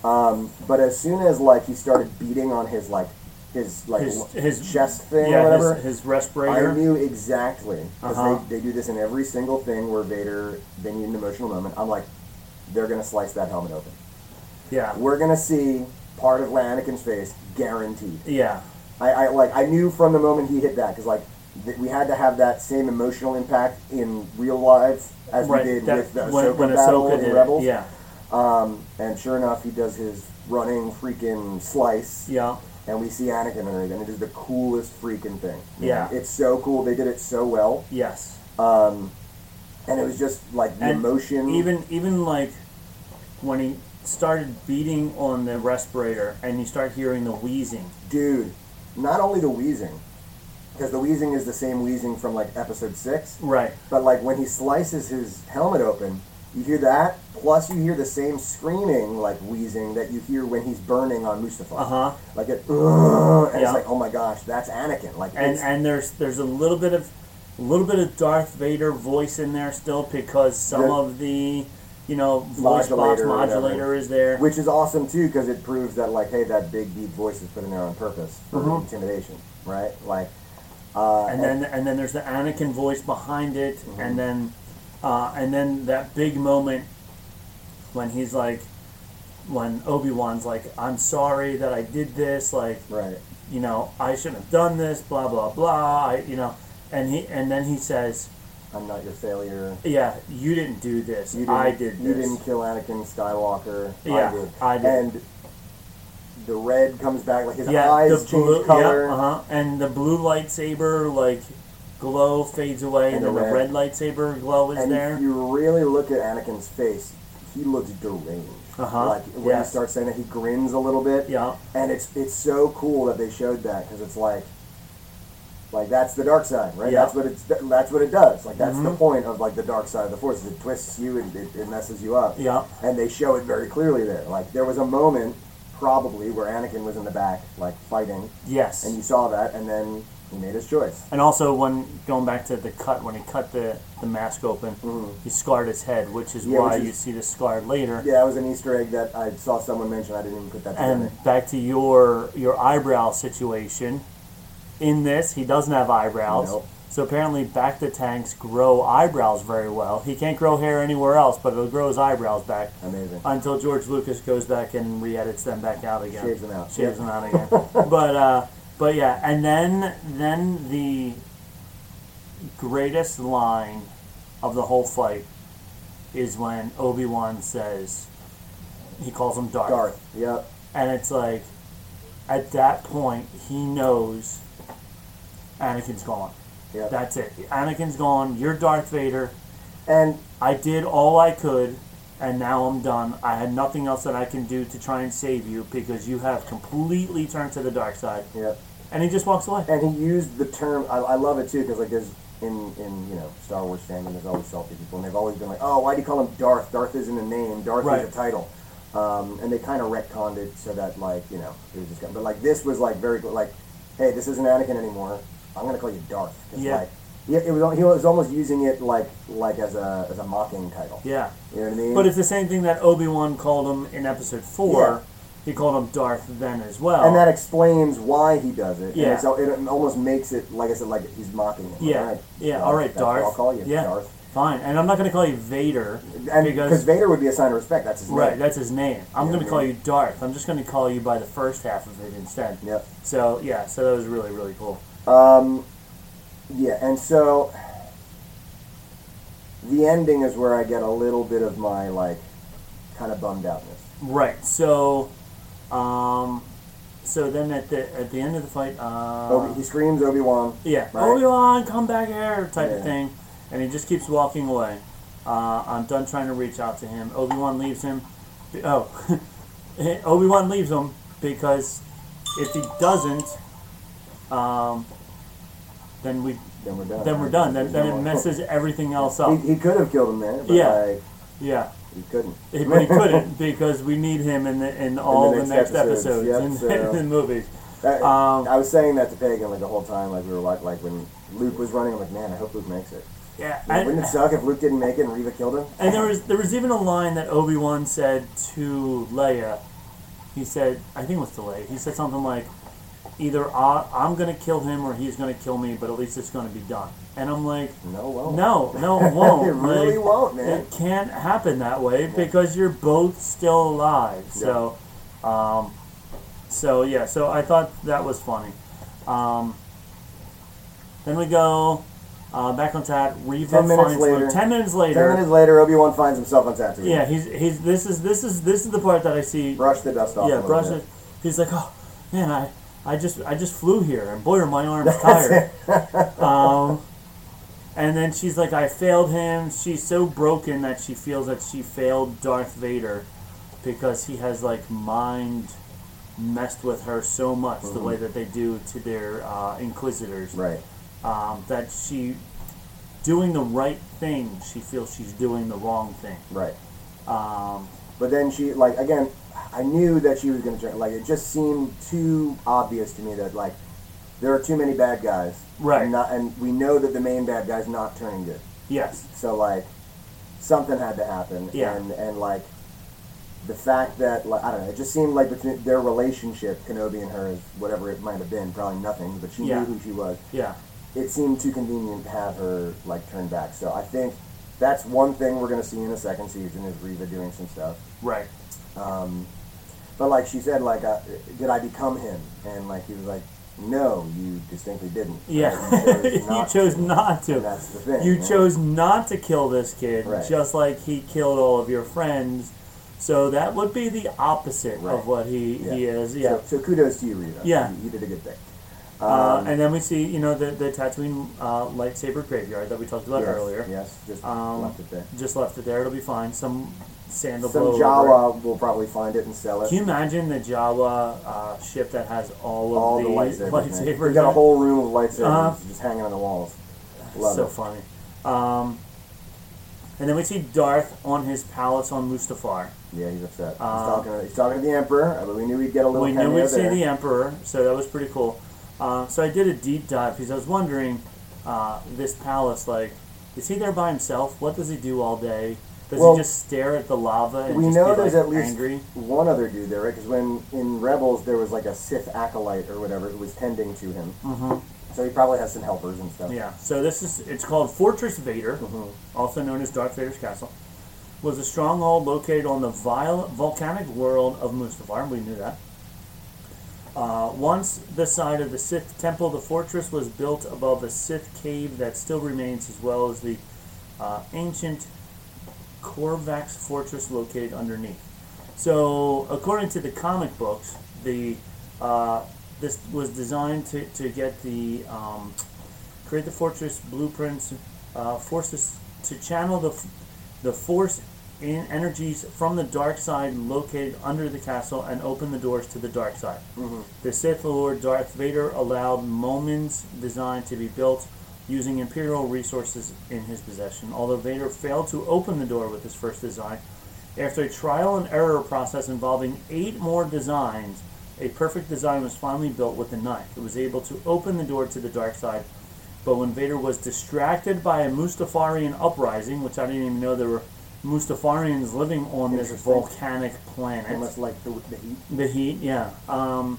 Speaker 2: Um, but as soon as like he started beating on his like his like
Speaker 1: his
Speaker 2: l-
Speaker 1: his
Speaker 2: chest thing
Speaker 1: yeah,
Speaker 2: or whatever,
Speaker 1: his, his
Speaker 2: I
Speaker 1: respirator,
Speaker 2: knew exactly because
Speaker 1: Uh-huh.
Speaker 2: they, they do this in every single thing where Vader they need an emotional moment. I'm like, they're gonna slice that helmet open.
Speaker 1: yeah,
Speaker 2: We're gonna see part of Anakin's face guaranteed.
Speaker 1: yeah,
Speaker 2: I, I like I knew from the moment he hit that because like th- we had to have that same emotional impact in real life as
Speaker 1: right.
Speaker 2: we did
Speaker 1: that-
Speaker 2: with the Ahsoka
Speaker 1: when, when
Speaker 2: battle
Speaker 1: Ahsoka
Speaker 2: in
Speaker 1: did it,
Speaker 2: Rebels.
Speaker 1: yeah,
Speaker 2: And sure enough, he does his running freaking slice.
Speaker 1: yeah,
Speaker 2: And we see Anakin and everything. It is the coolest freaking thing. man.
Speaker 1: Yeah.
Speaker 2: It's so cool. They did it so well,
Speaker 1: yes.
Speaker 2: and it was just like the
Speaker 1: And
Speaker 2: emotion.
Speaker 1: Even even like when he started beating on the respirator, and you start hearing the wheezing.
Speaker 2: dude, not only the wheezing, because the wheezing is the same wheezing from like Episode Six.
Speaker 1: Right.
Speaker 2: But like when he slices his helmet open, you hear that. Plus, you hear the same screaming, like wheezing, that you hear when he's burning on Mustafar.
Speaker 1: Uh huh.
Speaker 2: Like it, "Ugh," and
Speaker 1: Yeah.
Speaker 2: it's like, oh my gosh, that's Anakin. Like,
Speaker 1: And
Speaker 2: it's,
Speaker 1: and there's there's a little bit of a little bit of Darth Vader voice in there still because some
Speaker 2: The-
Speaker 1: of the you know voice box
Speaker 2: Modulator or whatever.
Speaker 1: modulator is there.
Speaker 2: which is awesome too, because it proves that like, hey, that big deep voice is put in there on purpose for
Speaker 1: Mm-hmm.
Speaker 2: intimidation, right? Like, uh,
Speaker 1: and then and then there's the Anakin voice behind it,
Speaker 2: Mm-hmm.
Speaker 1: and then uh, and then that big moment when he's like, when Obi Wan's like, "I'm sorry that I did this," like,
Speaker 2: right,
Speaker 1: you know, I shouldn't have done this, blah blah blah, I, you know, and he and then he says,
Speaker 2: I'm not your failure.
Speaker 1: "Yeah, you didn't do this,
Speaker 2: You didn't,
Speaker 1: I did
Speaker 2: You
Speaker 1: this."
Speaker 2: didn't kill Anakin Skywalker.
Speaker 1: Yeah,
Speaker 2: I did.
Speaker 1: I did.
Speaker 2: And the red comes back, like his
Speaker 1: yeah,
Speaker 2: eyes
Speaker 1: the
Speaker 2: change
Speaker 1: blue,
Speaker 2: color.
Speaker 1: yeah, uh-huh. and the blue lightsaber like glow fades away, and,
Speaker 2: And
Speaker 1: then
Speaker 2: the
Speaker 1: the red lightsaber glow is
Speaker 2: and
Speaker 1: there.
Speaker 2: if you really look at Anakin's face, he looks deranged.
Speaker 1: Uh-huh.
Speaker 2: Like when
Speaker 1: Yes.
Speaker 2: he starts saying that, he grins a little bit.
Speaker 1: yeah,
Speaker 2: And it's it's so cool that they showed that because it's like Like that's the dark side, right?
Speaker 1: Yeah. Mm-hmm.
Speaker 2: That's what it's. That's what it does. Like that's the point of like the dark side of the force. Is it twists you and it, it messes you up.
Speaker 1: Yeah.
Speaker 2: And they show it very clearly there. Like there was a moment, probably, where Anakin was in the back, like fighting,
Speaker 1: Yes.
Speaker 2: and you saw that, and then he made his choice.
Speaker 1: And also, when going back to the cut, when he cut the, the mask open, he scarred his head, which is
Speaker 2: Mm. Yeah,
Speaker 1: why
Speaker 2: which is-
Speaker 1: you see the scar later.
Speaker 2: Yeah, that was an Easter egg that I saw someone mention. I didn't even put that together.
Speaker 1: And back to your your eyebrow situation. In this, he doesn't have eyebrows.
Speaker 2: Nope.
Speaker 1: So apparently, back to tanks grow eyebrows very well. He can't grow hair anywhere else, but it'll grow his eyebrows back.
Speaker 2: Amazing.
Speaker 1: Until George Lucas goes back and re-edits them back out again.
Speaker 2: Shaves them out.
Speaker 1: Shaves
Speaker 2: Yeah.
Speaker 1: them out again. but uh, but yeah, and then then the greatest line of the whole fight is when Obi Wan says he calls him Darth.
Speaker 2: Darth. Yep.
Speaker 1: And it's like, at that point, he knows Anakin's gone.
Speaker 2: Yep.
Speaker 1: That's it. Anakin's gone. You're Darth Vader.
Speaker 2: and
Speaker 1: I did all I could, and now I'm done. I had nothing else that I can do to try and save you because you have completely turned to the dark side.
Speaker 2: yep.
Speaker 1: And he just walks away.
Speaker 2: and he used the term. I, I love it too because like there's in in you know Star Wars fandom there's always salty people and they've always been like, oh, why do you call him Darth? Darth isn't a name. Darth
Speaker 1: Right.
Speaker 2: is a title. Um, and they kind of retconned it so that like you know it was just. But like this was like very like, hey, this isn't Anakin anymore. I'm gonna call you Darth. 'Cause,
Speaker 1: Yeah.
Speaker 2: Like, yeah, it was. He was almost using it like like as a as a mocking title.
Speaker 1: Yeah.
Speaker 2: You know what I mean?
Speaker 1: But it's the same thing that Obi Wan called him in episode
Speaker 2: Yeah.
Speaker 1: four. He called him Darth then as well.
Speaker 2: and that explains why he does it.
Speaker 1: Yeah.
Speaker 2: And it's, it almost makes it, like I said, like he's mocking him.
Speaker 1: yeah.
Speaker 2: All right,
Speaker 1: yeah.
Speaker 2: Darth,
Speaker 1: all right,
Speaker 2: that's what
Speaker 1: Darth.
Speaker 2: I'll call you
Speaker 1: yeah.
Speaker 2: Darth.
Speaker 1: Fine. And I'm not going to call you Vader.
Speaker 2: And because Vader would be a sign of respect. That's his name.
Speaker 1: Right, that's his name. I'm
Speaker 2: Yeah,
Speaker 1: going to
Speaker 2: yeah.
Speaker 1: call you Darth. I'm just going to call you by the first half of it instead.
Speaker 2: Yep.
Speaker 1: So, yeah, so that was really, really cool.
Speaker 2: yeah, and so the ending is where I get a little bit of my like kind of bummed outness.
Speaker 1: Right, so, um, so then at the at the end of the fight, uh,
Speaker 2: Obi- he screams Obi Wan.
Speaker 1: yeah,
Speaker 2: right.
Speaker 1: Obi-Wan, come back here, type of
Speaker 2: Yeah.
Speaker 1: thing, and he just keeps walking away. Uh, I'm done trying to reach out to him. Obi-Wan leaves him. Oh, Obi-Wan leaves him because if he doesn't, um, then we
Speaker 2: Then we're done.
Speaker 1: then we're done. Then, then
Speaker 2: No
Speaker 1: it
Speaker 2: more-
Speaker 1: messes everything else
Speaker 2: He,
Speaker 1: up.
Speaker 2: he could have killed him there, but
Speaker 1: Yeah.
Speaker 2: like,
Speaker 1: Yeah,
Speaker 2: he couldn't.
Speaker 1: He- but he couldn't because we need him in the, in all the next, episodes,
Speaker 2: Yep,
Speaker 1: in,
Speaker 2: so-
Speaker 1: in the movies.
Speaker 2: That-
Speaker 1: Um,
Speaker 2: I was saying that to Pagan like the whole time, like we were like, like when Luke was running, I'm like, man, I hope Luke makes it.
Speaker 1: Yeah,
Speaker 2: Like,
Speaker 1: and,
Speaker 2: wouldn't it suck if Luke didn't make it and Reva killed him?
Speaker 1: and there was there was even a line that Obi Wan said to Leia. He said, I think it was to Leia. He said something like, "Either I, I'm gonna kill him or he's gonna kill me, but at least it's gonna be done." And I'm like,
Speaker 2: no, well,
Speaker 1: No, no, it won't.
Speaker 2: It really
Speaker 1: Like,
Speaker 2: won't, man.
Speaker 1: It can't happen that way because you're both still alive. So, um, so yeah. So I thought that was funny. Um, then we go uh, back on tap. Reva
Speaker 2: Ten minutes
Speaker 1: finds
Speaker 2: later.
Speaker 1: Luke. Ten minutes later.
Speaker 2: Ten minutes later, Obi Wan finds himself on Tatooine.
Speaker 1: Yeah, he's he's. This is this is this is the part that I see.
Speaker 2: brush the dust off. a
Speaker 1: yeah,
Speaker 2: little
Speaker 1: brush
Speaker 2: bit.
Speaker 1: it. He's like, oh man, I I just I just flew here, and boy, are my arms tired. um, and then she's like, I failed him. She's so broken that she feels that she failed Darth Vader because he has like mind messed with her so much the way that they do to their uh, inquisitors
Speaker 2: Right.
Speaker 1: um, that she doing the right thing she feels she's doing the wrong thing
Speaker 2: Right.
Speaker 1: um,
Speaker 2: But then she like again, I knew that she was gonna turn. Like it just seemed too obvious to me that like there are too many bad guys.
Speaker 1: Right.
Speaker 2: And, not, and we know that the main bad guy's not turning good.
Speaker 1: yes
Speaker 2: So like something had to happen.
Speaker 1: Yeah.
Speaker 2: And and like the fact that like I don't know, it just seemed like between their relationship, Kenobi and hers, whatever it might have been, probably nothing. But she
Speaker 1: Yeah.
Speaker 2: knew who she was.
Speaker 1: yeah
Speaker 2: it seemed too convenient to have her like turn back. So I think that's one thing we're gonna see in the second season is Reva doing some stuff.
Speaker 1: right
Speaker 2: But like she said, like uh, did I become him? And like he was like, no, you distinctly didn't.
Speaker 1: Yeah,
Speaker 2: Like,
Speaker 1: you chose not to.
Speaker 2: That's the thing.
Speaker 1: You
Speaker 2: right?
Speaker 1: chose not to kill this kid,
Speaker 2: Right.
Speaker 1: just like he killed all of your friends. So that would be the opposite
Speaker 2: Right.
Speaker 1: of what he, he is. Yeah.
Speaker 2: So, so kudos to you, Reva.
Speaker 1: Yeah.
Speaker 2: You, you did a good thing. um,
Speaker 1: uh, and then we see, you know, the the Tatooine uh, lightsaber graveyard that we talked about
Speaker 2: yes,
Speaker 1: earlier.
Speaker 2: Yes. Just
Speaker 1: Um,
Speaker 2: left it there.
Speaker 1: Just left it there. It'll be fine. Some sandal
Speaker 2: Some
Speaker 1: blow. over
Speaker 2: Jawa will probably find it and sell
Speaker 1: it.
Speaker 2: it.
Speaker 1: Can you imagine the Jawa uh, ship that has all of
Speaker 2: all the,
Speaker 1: the,
Speaker 2: lightsabers. man.
Speaker 1: lightsabers
Speaker 2: We've got
Speaker 1: in
Speaker 2: a
Speaker 1: it?
Speaker 2: whole room of lightsabers
Speaker 1: Uh-huh.
Speaker 2: just hanging on the walls. Love
Speaker 1: so
Speaker 2: it.
Speaker 1: funny. Um, and then we see Darth on his palace on Mustafar.
Speaker 2: Yeah, he's upset.
Speaker 1: Uh,
Speaker 2: he's, talking to, he's talking to the Emperor. I mean, we knew we'd get a little
Speaker 1: We knew
Speaker 2: cameo
Speaker 1: we'd see
Speaker 2: there.
Speaker 1: the Emperor, so that was pretty cool. Uh, so I did a deep dive because I was wondering uh, this palace, like, is he there by himself? What does he do all day? Does
Speaker 2: Well,
Speaker 1: he just stare at the lava and
Speaker 2: we
Speaker 1: just
Speaker 2: know
Speaker 1: be,
Speaker 2: there's
Speaker 1: like,
Speaker 2: at least
Speaker 1: angry?
Speaker 2: one other dude there, right? Because when in Rebels there was like a Sith acolyte or whatever who was tending to him, mm-hmm. so he probably has some helpers and stuff.
Speaker 1: Yeah. So this is it's called Fortress Vader, also known as Darth Vader's castle. Was a stronghold located on the viol- volcanic world of Mustafar. We knew that. Uh, once the site of the Sith temple, the fortress was built above a Sith cave that still remains, as well as the uh, ancient Korvax fortress located underneath. So, according to the comic books, the uh, this was designed to, to get the um, create the fortress blueprints, uh, forces to channel the f- the force in energies from the dark side located under the castle and open the doors to the dark side. The Sith Lord Darth Vader allowed Moments designed to be built using Imperial resources in his possession. Although Vader failed to open the door with his first design, after a trial and error process involving eight more designs, a perfect design was finally built with the knife. It was able to open the door to the dark side, but when Vader was distracted by a Mustafarian uprising, which I didn't even know there were Mustafarians living on this
Speaker 2: Interesting.
Speaker 1: volcanic planet
Speaker 2: Unless like the, the heat.
Speaker 1: the heat, yeah. Um,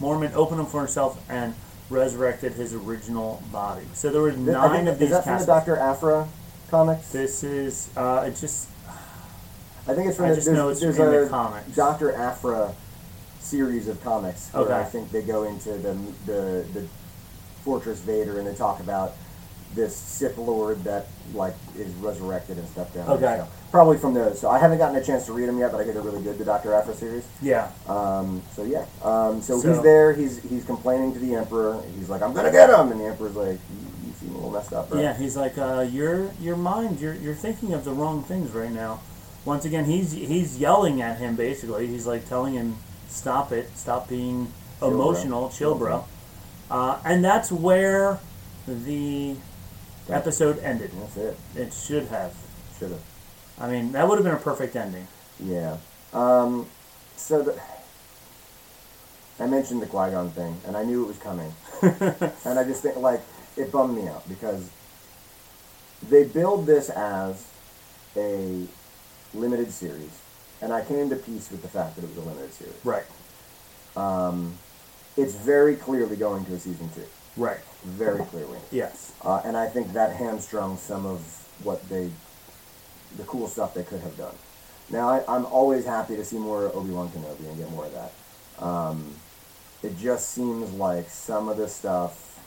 Speaker 1: Mormon opened them for himself and resurrected his original body. So there were
Speaker 2: Th- I
Speaker 1: nine
Speaker 2: think-
Speaker 1: of these
Speaker 2: Is that from the
Speaker 1: castles.
Speaker 2: Doctor Afra comics?
Speaker 1: This is uh, it just
Speaker 2: I think it's from
Speaker 1: I
Speaker 2: the,
Speaker 1: just
Speaker 2: there's,
Speaker 1: know it's
Speaker 2: there's
Speaker 1: in
Speaker 2: a
Speaker 1: the comics.
Speaker 2: Doctor Afra series of comics where
Speaker 1: Okay.
Speaker 2: I think they go into the the the Fortress Vader and they talk about this Sith Lord that like is resurrected and stuff down
Speaker 1: Okay.
Speaker 2: there. So, probably from those. So I haven't gotten a chance to read them yet, but I hear they're really good. The Doctor Afra series.
Speaker 1: yeah.
Speaker 2: Um, so yeah. Um, so,
Speaker 1: So-
Speaker 2: he's there. He's he's complaining to the Emperor. He's like, I'm gonna get him, and the Emperor's like, you, you seem a little messed up, right?
Speaker 1: Yeah, he's like, uh, your your mind, you're you're thinking of the wrong things right now. Once again, he's he's yelling at him basically. He's like telling him, stop it, stop being
Speaker 2: bro. Mm-hmm.
Speaker 1: emotional, chill, bro. Uh, and that's where the episode ended.
Speaker 2: That's it.
Speaker 1: It should have.
Speaker 2: Should have.
Speaker 1: I mean, that would have been a perfect ending.
Speaker 2: Yeah. Um, so the, I mentioned the Qui Gon thing, and I knew it was coming, and I just think like it bummed me out because they build this as a limited series, and I came to peace with the fact that it was a limited series.
Speaker 1: Right.
Speaker 2: It's very clearly going to a season two,
Speaker 1: Right.
Speaker 2: very clearly,
Speaker 1: Yes.
Speaker 2: uh, and I think that hamstrung some of what they, the cool stuff they could have done. Now I, I'm always happy to see more Obi Wan Kenobi and get more of that. Um, it just seems like some of the stuff,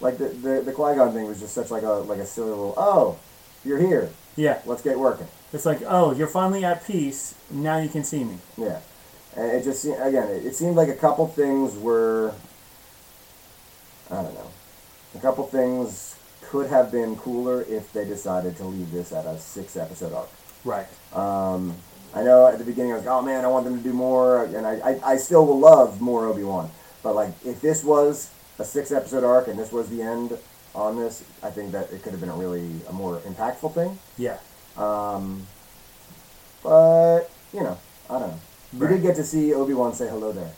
Speaker 2: like the the, the Qui Gon thing, was just such like a like a silly little oh, you're here,
Speaker 1: Yeah.
Speaker 2: let's get working.
Speaker 1: It's like, oh, you're finally at peace. Now you can see me.
Speaker 2: Yeah, and it just se- again, it, it seemed like a couple things were, I don't know, a couple things could have been cooler if they decided to leave this at a six episode arc.
Speaker 1: Right.
Speaker 2: I know at the beginning I was like, oh man, I want them to do more, and I, I, I still will love more Obi Wan. But like, if this was a six episode arc and this was the end on this, I think that it could have been a really a more impactful thing.
Speaker 1: Yeah.
Speaker 2: But you know, I don't know. We
Speaker 1: Right.
Speaker 2: did get to see Obi Wan say hello there.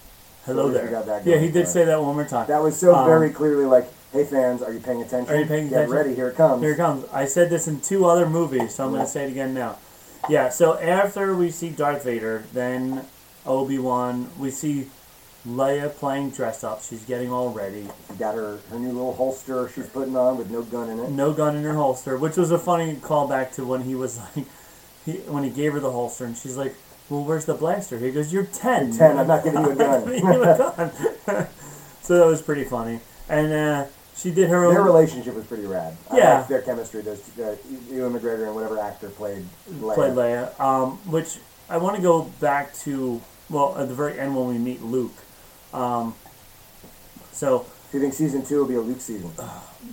Speaker 1: Hello
Speaker 2: we
Speaker 1: there.
Speaker 2: got that
Speaker 1: yeah,
Speaker 2: going
Speaker 1: he did
Speaker 2: for
Speaker 1: say
Speaker 2: us.
Speaker 1: that one more time.
Speaker 2: That was so
Speaker 1: Um,
Speaker 2: very clearly like, hey fans, are you paying attention?
Speaker 1: Are you paying
Speaker 2: Get
Speaker 1: attention?
Speaker 2: ready, here it comes.
Speaker 1: Here it comes. I said this in two other movies, so I'm going to say it again now. Yeah, so after we see Darth Vader, then Obi Wan, we see Leia playing dress up. She's getting all ready.
Speaker 2: She got her, her new little holster she's putting on with no gun in it.
Speaker 1: no gun in her holster, which was a funny callback to when he was like, he, when he gave her the holster, and she's like, "Well, where's the blaster?" He goes, "You're ten.
Speaker 2: Ten, I'm not giving you a
Speaker 1: I'm
Speaker 2: gun.
Speaker 1: giving you a gun." so that was pretty funny, and uh, she did her
Speaker 2: Their
Speaker 1: own
Speaker 2: relationship was pretty rad. I
Speaker 1: Yeah.
Speaker 2: liked their chemistry. Those two, uh, Ewan McGregor and whatever actor played Leia.
Speaker 1: play Leia, um, which I want to go back to. Well, at the very end when we meet Luke, um, so
Speaker 2: Do you think season two will be a Luke season?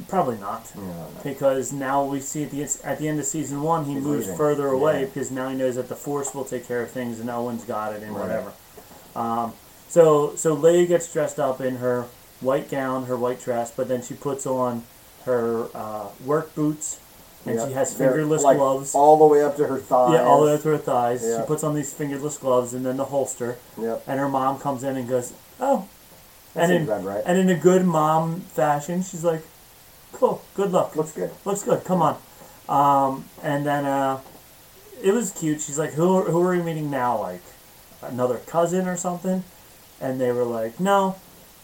Speaker 1: Probably not,
Speaker 2: Yeah, I don't know.
Speaker 1: because now we see at the ens- at the end of season one he
Speaker 2: He's
Speaker 1: moves
Speaker 2: leaving.
Speaker 1: further away
Speaker 2: Yeah.
Speaker 1: because now he knows that the Force will take care of things and Owen's got it and
Speaker 2: Right.
Speaker 1: whatever. Um, so so Leia gets dressed up in her white gown, her white dress, but then she puts on her uh, work boots and
Speaker 2: Yeah.
Speaker 1: she has
Speaker 2: They're,
Speaker 1: fingerless
Speaker 2: like,
Speaker 1: gloves.
Speaker 2: all the way up to her thighs.
Speaker 1: yeah, all the way up to her thighs.
Speaker 2: Yeah.
Speaker 1: She puts on these fingerless gloves and then the holster.
Speaker 2: Yep.
Speaker 1: And her mom comes in and goes, "Oh,"
Speaker 2: That
Speaker 1: and
Speaker 2: seems
Speaker 1: in
Speaker 2: about right.
Speaker 1: and in a good mom fashion, she's like, "Cool, good luck,
Speaker 2: Looks good.
Speaker 1: looks good, come on." Um, and then uh, it was cute. She's like, "Who who are we meeting now? Like another cousin or something?" And they were like, "No."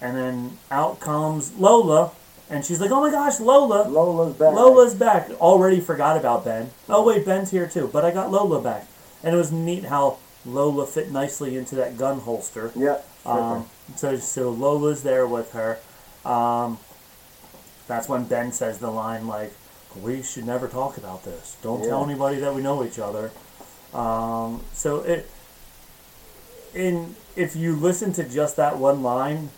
Speaker 1: And then out comes Lola, and she's like, "Oh my gosh, Lola!"
Speaker 2: Lola's back.
Speaker 1: Lola's back. Already forgot about Ben. Oh wait, Ben's here too. But I got Lola back, and it was neat how Lola fit nicely into that gun holster.
Speaker 2: Yep. sure
Speaker 1: Um,
Speaker 2: thing.
Speaker 1: so so Lola's there with her. Um, that's when Ben says the line like, "We should never talk about this. Don't tell
Speaker 2: Yeah.
Speaker 1: anybody that we know each other." Um, so it, in if you listen to just that one line.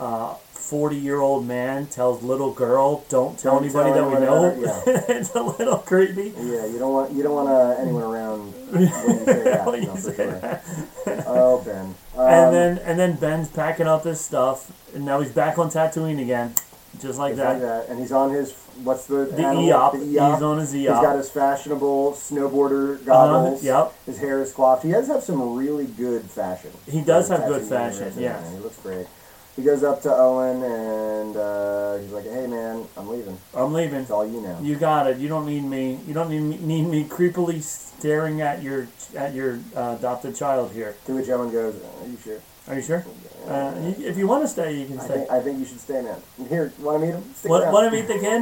Speaker 1: Uh, 40 year old man tells little girl, don't tell
Speaker 2: Don't
Speaker 1: anybody
Speaker 2: tell
Speaker 1: that we know.
Speaker 2: anyone
Speaker 1: it's a little creepy.
Speaker 2: yeah, you don't want you don't want uh, anyone around when you say that.
Speaker 1: When you
Speaker 2: no, for
Speaker 1: say
Speaker 2: sure. Oh, Ben. Um,
Speaker 1: and then and then Ben's packing up his stuff, and now he's back on Tatooine again, just like
Speaker 2: Is
Speaker 1: that.
Speaker 2: that, that- and he's on his what's the
Speaker 1: The E
Speaker 2: animal?
Speaker 1: EOP.
Speaker 2: The E
Speaker 1: He's on his
Speaker 2: He's
Speaker 1: EOP.
Speaker 2: got his fashionable snowboarder goggles.
Speaker 1: yep.
Speaker 2: His hair is coiffed. He does have some really good fashion.
Speaker 1: He does
Speaker 2: Like,
Speaker 1: have good
Speaker 2: tattoo
Speaker 1: fashion,
Speaker 2: and everything,
Speaker 1: yes.
Speaker 2: man. He looks great. He goes up to Owen and uh, he's like, "Hey, man, I'm leaving.
Speaker 1: I'm leaving.
Speaker 2: It's all you now."
Speaker 1: You got it. You don't need me. You don't need me, need me creepily staring at your at your uh, adopted child here.
Speaker 2: to which Owen goes, "Are you sure?
Speaker 1: Are you sure? Uh, you- if you want to stay, you can
Speaker 2: I
Speaker 1: stay.
Speaker 2: think, I think you should stay, man. Here, want to meet him? Stick
Speaker 1: What
Speaker 2: around."
Speaker 1: want to meet the kid?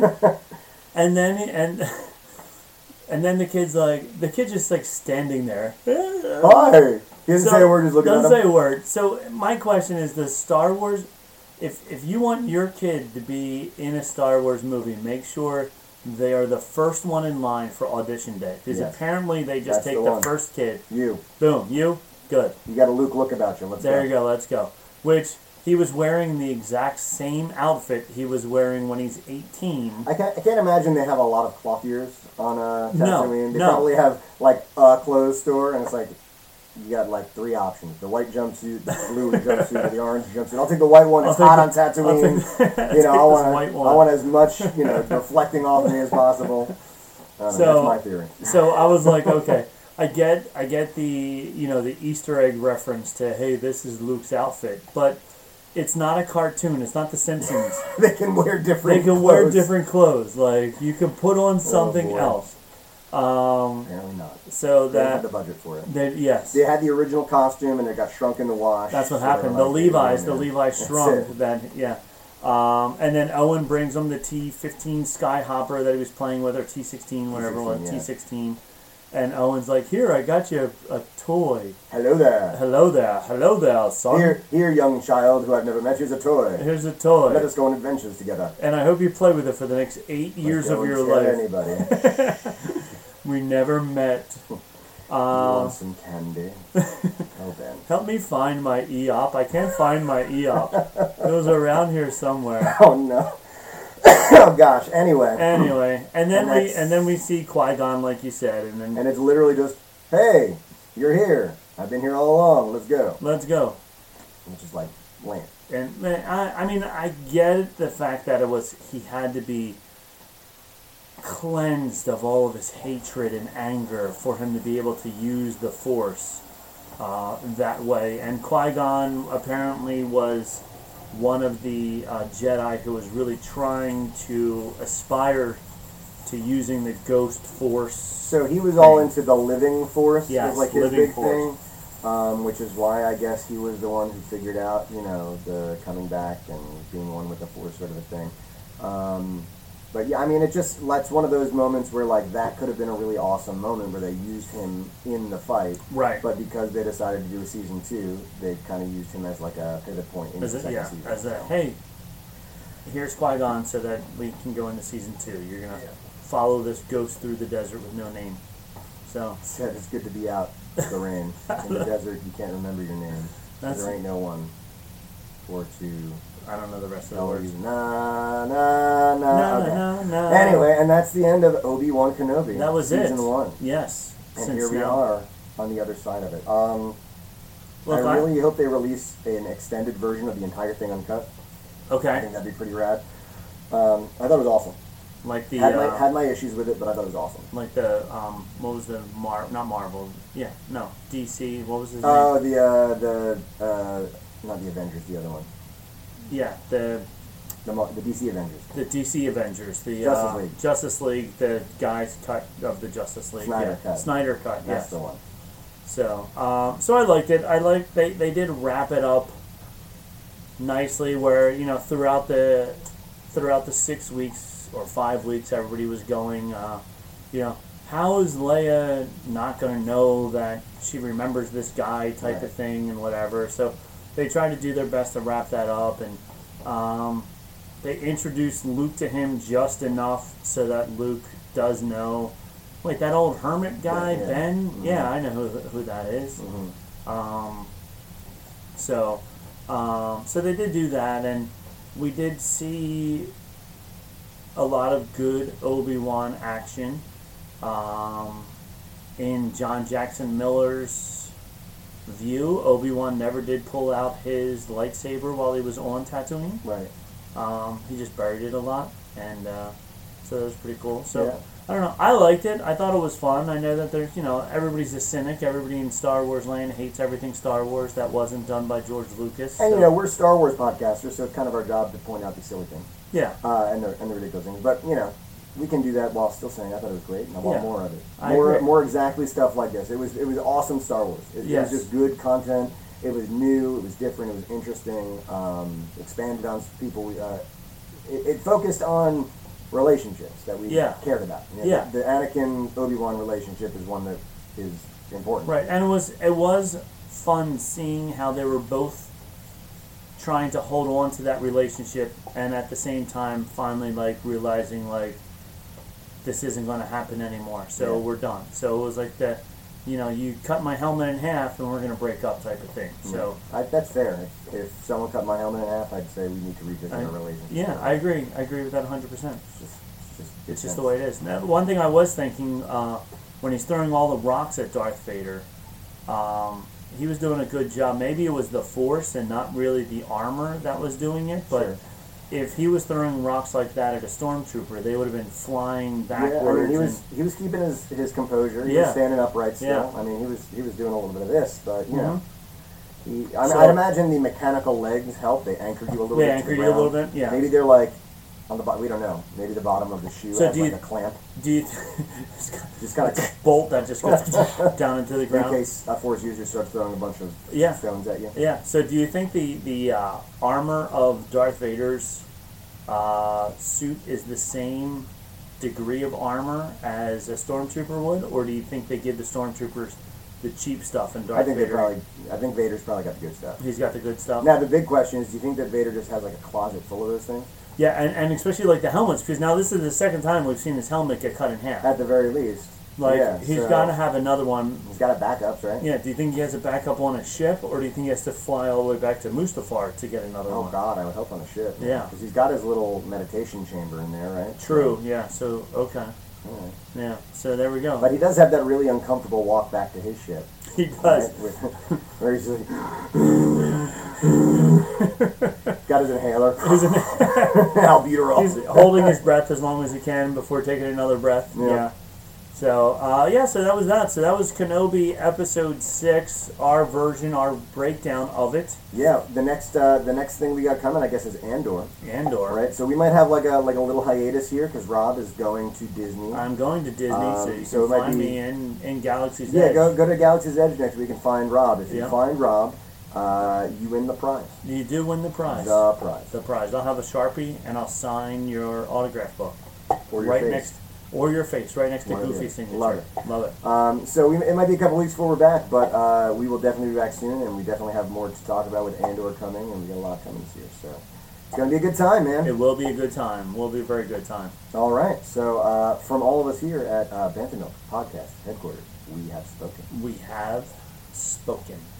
Speaker 1: and then he- and and then the kid's like the kid just like standing there.
Speaker 2: Hi. He doesn't
Speaker 1: So,
Speaker 2: say a word. He's looking
Speaker 1: doesn't
Speaker 2: at him.
Speaker 1: say a word. So my question is: Does Star Wars, if if you want your kid to be in a Star Wars movie, make sure they are the first one in line for audition day because
Speaker 2: Yes.
Speaker 1: apparently they just
Speaker 2: That's
Speaker 1: take
Speaker 2: the
Speaker 1: the,
Speaker 2: one.
Speaker 1: first kid.
Speaker 2: you,
Speaker 1: Boom, you good.
Speaker 2: you got a Luke look about you. Let's
Speaker 1: There
Speaker 2: go.
Speaker 1: you go. Let's go. Which he was wearing the exact same outfit he was wearing when he's eighteen.
Speaker 2: I can't, I can't imagine they have a lot of cloth ears on uh,
Speaker 1: No,
Speaker 2: Tatooine. they
Speaker 1: no.
Speaker 2: probably have like a clothes store, and it's like you got like three options: the white jumpsuit, the blue jumpsuit, or the orange jumpsuit. I'll take the white one. It's
Speaker 1: I'll
Speaker 2: hot on
Speaker 1: take the- I'll
Speaker 2: Tatooine.
Speaker 1: take-
Speaker 2: you know, I
Speaker 1: this
Speaker 2: want
Speaker 1: white one.
Speaker 2: I want as much you know reflecting off me as possible. I don't know,
Speaker 1: So-
Speaker 2: that's my theory.
Speaker 1: So I was like, okay, I get, I get the you know the Easter egg reference to hey, this is Luke's outfit, but it's not a cartoon. It's not The Simpsons.
Speaker 2: They can wear
Speaker 1: they
Speaker 2: different.
Speaker 1: can wear
Speaker 2: clothes. Oh,
Speaker 1: different clothes. Like you can put on something
Speaker 2: boy.
Speaker 1: else.
Speaker 2: Apparently not.
Speaker 1: So
Speaker 2: They had
Speaker 1: that
Speaker 2: the budget for it.
Speaker 1: that yes,
Speaker 2: They had the original costume, and it got shrunk in the wash.
Speaker 1: that's what
Speaker 2: so they were
Speaker 1: happened. The
Speaker 2: like,
Speaker 1: Levi's, the
Speaker 2: "Yeah, man."
Speaker 1: Levi's
Speaker 2: That's
Speaker 1: shrunk.
Speaker 2: it.
Speaker 1: Then yeah. Um, and then Owen brings him the T15 Skyhopper that he was playing with, or T16, whatever it was,
Speaker 2: T16, yeah.
Speaker 1: T16. And Owen's like, "Here, I got you a, a toy."
Speaker 2: Hello there.
Speaker 1: Hello there, hello there, son.
Speaker 2: Here, here, young child who I've never met, here's a toy.
Speaker 1: Here's a
Speaker 2: Let
Speaker 1: toy,
Speaker 2: us go on adventures together.
Speaker 1: and I hope you play with it for the next eight years
Speaker 2: Go
Speaker 1: of
Speaker 2: and
Speaker 1: your
Speaker 2: scare
Speaker 1: life.
Speaker 2: Anybody
Speaker 1: We never met. Um,
Speaker 2: want some candy? oh, Ben.
Speaker 1: Help me find my EOP. I can't find my EOP. it was around here somewhere.
Speaker 2: Oh no. oh gosh. Anyway, and,
Speaker 1: Anyway, and then
Speaker 2: And
Speaker 1: we
Speaker 2: that's-
Speaker 1: and then we see Qui Gon, like you said, and then
Speaker 2: it's literally just, hey, you're here. I've been here all along. Let's go.
Speaker 1: let's go.
Speaker 2: Which is like, lame.
Speaker 1: And man, I, I mean, I get the fact that it was he had to be cleansed of all of his hatred and anger for him to be able to use the Force uh, that way. And Qui Gon apparently was one of the uh, Jedi who was really trying to aspire to using the Ghost Force.
Speaker 2: So he was all into the living force. was,
Speaker 1: Yes,
Speaker 2: like his
Speaker 1: living
Speaker 2: big
Speaker 1: force.
Speaker 2: thing. Um, which is why I guess he was the one who figured out, you know, the coming back and being one with the force sort of a thing. Um, but yeah, I mean, it just that's one of those moments where like that could have been a really awesome moment where they used him in the fight.
Speaker 1: Right.
Speaker 2: But because they decided to do a season two, they kind of used him as like a pivot point in
Speaker 1: As
Speaker 2: the
Speaker 1: a,
Speaker 2: second
Speaker 1: yeah,
Speaker 2: season.
Speaker 1: as a hey, here's Qui Gon, so that we can go into season two. You're gonna follow this ghost through the desert with no name. So
Speaker 2: Said it's good to be out of the rain in the desert. You can't remember your name.
Speaker 1: That's-
Speaker 2: there ain't no one, or to
Speaker 1: I don't know the rest of the
Speaker 2: Now we're
Speaker 1: words.
Speaker 2: using na na na.
Speaker 1: No,
Speaker 2: okay.
Speaker 1: no, no.
Speaker 2: Anyway, and that's the end of Obi Wan Kenobi.
Speaker 1: that was
Speaker 2: season
Speaker 1: it.
Speaker 2: one,
Speaker 1: Yes.
Speaker 2: and
Speaker 1: Since
Speaker 2: here we
Speaker 1: now-
Speaker 2: are on the other side of it. Um,
Speaker 1: Look,
Speaker 2: I
Speaker 1: I-
Speaker 2: really hope they release an extended version of the entire thing uncut. I
Speaker 1: okay.
Speaker 2: think that'd be pretty rad. Um, I thought it was awesome.
Speaker 1: Like the
Speaker 2: Had my
Speaker 1: uh,
Speaker 2: had my issues with it, but I thought it was awesome.
Speaker 1: like the um what was the Mar not Marvel yeah no DC what was his
Speaker 2: Oh, the uh, the uh, not the Avengers, the other one,
Speaker 1: name yeah the
Speaker 2: the Mar- the DC Avengers.
Speaker 1: the DC Avengers the
Speaker 2: Justice
Speaker 1: uh,
Speaker 2: League.
Speaker 1: Justice League the guys cut of the Justice League
Speaker 2: Snyder
Speaker 1: yeah.
Speaker 2: cut.
Speaker 1: Snyder cut
Speaker 2: That's
Speaker 1: yes
Speaker 2: the one.
Speaker 1: So, um, so I liked it. I liked they they did wrap it up nicely, where you know throughout the throughout the six weeks or five weeks, everybody was going, uh, you know, how is Leia not going to know that she remembers this guy type
Speaker 2: Right.
Speaker 1: of thing and whatever. So they tried to do their best to wrap that up and. Um, they introduced Luke to him just enough so that Luke does know. Wait, that old hermit guy,
Speaker 2: Yeah, yeah.
Speaker 1: Ben? Yeah, I know who, who that is. Um, so, um, so they did do that, and we did see a lot of good Obi Wan action um, in John Jackson Miller's view. Obi Wan never did pull out his lightsaber while he was on Tatooine.
Speaker 2: Right.
Speaker 1: Um, he just buried it a lot, and uh, so that was pretty cool. So
Speaker 2: Yeah.
Speaker 1: I don't know. I liked it. I thought it was fun. I know that there's you know everybody's a cynic. Everybody in Star Wars land hates everything Star Wars that wasn't done by George Lucas.
Speaker 2: And
Speaker 1: so-
Speaker 2: you know, we're Star Wars podcasters, so it's kind of our job to point out the silly things
Speaker 1: yeah,
Speaker 2: uh, and the and the ridiculous things. But you know, we can do that while still saying I thought it was great, and I want
Speaker 1: Yeah.
Speaker 2: more of it.
Speaker 1: I
Speaker 2: More
Speaker 1: agree.
Speaker 2: more exactly stuff like this. It was it was awesome Star Wars. It,
Speaker 1: Yes.
Speaker 2: it was just good content. It was new. It was different. It was interesting. Um, expanded on people. We, uh, it, it focused on relationships that we
Speaker 1: Yeah.
Speaker 2: cared about. You know,
Speaker 1: Yeah.
Speaker 2: The, the Anakin Obi Wan relationship is one that is important.
Speaker 1: right. And it was it was fun seeing how they were both trying to hold on to that relationship, and at the same time, finally like realizing like this isn't going to happen anymore. So
Speaker 2: Yeah.
Speaker 1: we're done. So it was like the, you know, you cut my helmet in half and we're going to break up type of thing. So
Speaker 2: I, that's fair. If, if someone cut my helmet in half, I'd say we need to revisit
Speaker 1: I-
Speaker 2: our relationship.
Speaker 1: yeah, I agree. I agree with that 100%.
Speaker 2: It's just, it's just,
Speaker 1: It's just the way it is. Now, one thing I was thinking uh, when he's throwing all the rocks at Darth Vader, um, he was doing a good job. Maybe it was the Force and not really the armor that was doing it, but.
Speaker 2: Sure.
Speaker 1: If he was throwing rocks like that at a stormtrooper, they would have been flying
Speaker 2: Yeah, I mean,
Speaker 1: backwards.
Speaker 2: he
Speaker 1: and-
Speaker 2: was he was keeping his, his composure. He
Speaker 1: Yeah.
Speaker 2: was standing upright still.
Speaker 1: Yeah. Mm-hmm.
Speaker 2: I mean, he was he was doing a little bit of this, but you know, he, I mean,
Speaker 1: So-
Speaker 2: I'd imagine the mechanical legs help. They anchor you a little.
Speaker 1: They
Speaker 2: bit to
Speaker 1: anchor
Speaker 2: the
Speaker 1: you a little
Speaker 2: ground.
Speaker 1: bit, yeah.
Speaker 2: Maybe they're like on the bottom. We don't know. Maybe the bottom of the shoe
Speaker 1: So
Speaker 2: has
Speaker 1: do
Speaker 2: like
Speaker 1: you-
Speaker 2: a clamp,
Speaker 1: Do you th-
Speaker 2: just kind of
Speaker 1: bolt that just goes down into the
Speaker 2: in
Speaker 1: ground?
Speaker 2: case a force user starts throwing a bunch of
Speaker 1: Yeah.
Speaker 2: stones at you.
Speaker 1: Yeah. So, do you think the the uh, armor of Darth Vader's uh, suit is the same degree of armor as a stormtrooper would, or do you think they give the stormtroopers the cheap stuff and Darth
Speaker 2: I think they
Speaker 1: Vader
Speaker 2: probably. I think Vader's probably got the good stuff.
Speaker 1: he's got the good stuff?
Speaker 2: Now the big question is: Do you think that Vader just has like a closet full of those things?
Speaker 1: Yeah, and, and especially like the helmets, because now this is the second time we've seen his helmet get cut in half.
Speaker 2: At the very least,
Speaker 1: like
Speaker 2: yeah,
Speaker 1: he's
Speaker 2: so-
Speaker 1: got to have another one.
Speaker 2: He's got a backups, right?
Speaker 1: Yeah, do you think he has a backup on a ship, or do you think he has to fly all the way back to Mustafar to get another
Speaker 2: Oh
Speaker 1: one?
Speaker 2: God, I would hope on a ship.
Speaker 1: Yeah.
Speaker 2: because he's got his little meditation chamber in there, right?
Speaker 1: True. Yeah. So okay.
Speaker 2: Alright.
Speaker 1: Yeah. So there we go.
Speaker 2: But he does have that really uncomfortable walk back to his ship,
Speaker 1: he does.
Speaker 2: right? Where- where he's just like, got his inhaler, albuterol.
Speaker 1: He's holding his breath as long as he can before taking another breath. Yeah.
Speaker 2: Yeah.
Speaker 1: So uh, yeah, so that was that. So that was Kenobi episode six, our version, our breakdown of it.
Speaker 2: yeah, the next uh, the next thing we got coming, I guess, is Andor.
Speaker 1: Andor.
Speaker 2: All right, so we might have like a like a little hiatus here because Rob is going to Disney.
Speaker 1: I'm going to Disney, so you can
Speaker 2: Um, so it might
Speaker 1: find
Speaker 2: be-
Speaker 1: me in in Galaxy's
Speaker 2: yeah,
Speaker 1: Edge.
Speaker 2: go go to Galaxy's Edge next week and find Rob. If you
Speaker 1: Yeah.
Speaker 2: find Rob, uh, you win the prize.
Speaker 1: You do win the prize.
Speaker 2: The prize.
Speaker 1: the prize. I'll have a sharpie and I'll sign your autograph book
Speaker 2: Or your
Speaker 1: right
Speaker 2: face.
Speaker 1: next, or your face right next to
Speaker 2: Love it.
Speaker 1: Goofy's signature.
Speaker 2: Love it.
Speaker 1: Love it.
Speaker 2: Um, so we, it might be a couple weeks before we're back, but uh, we will definitely be back soon, and we definitely have more to talk about with Andor coming, and we got a lot coming this year. So it's gonna be a good time, man.
Speaker 1: It will be a good time. Will be a very good time.
Speaker 2: All right. So uh, from all of us here at uh, Bantamilk Podcast Headquarters, we have spoken.
Speaker 1: We have spoken.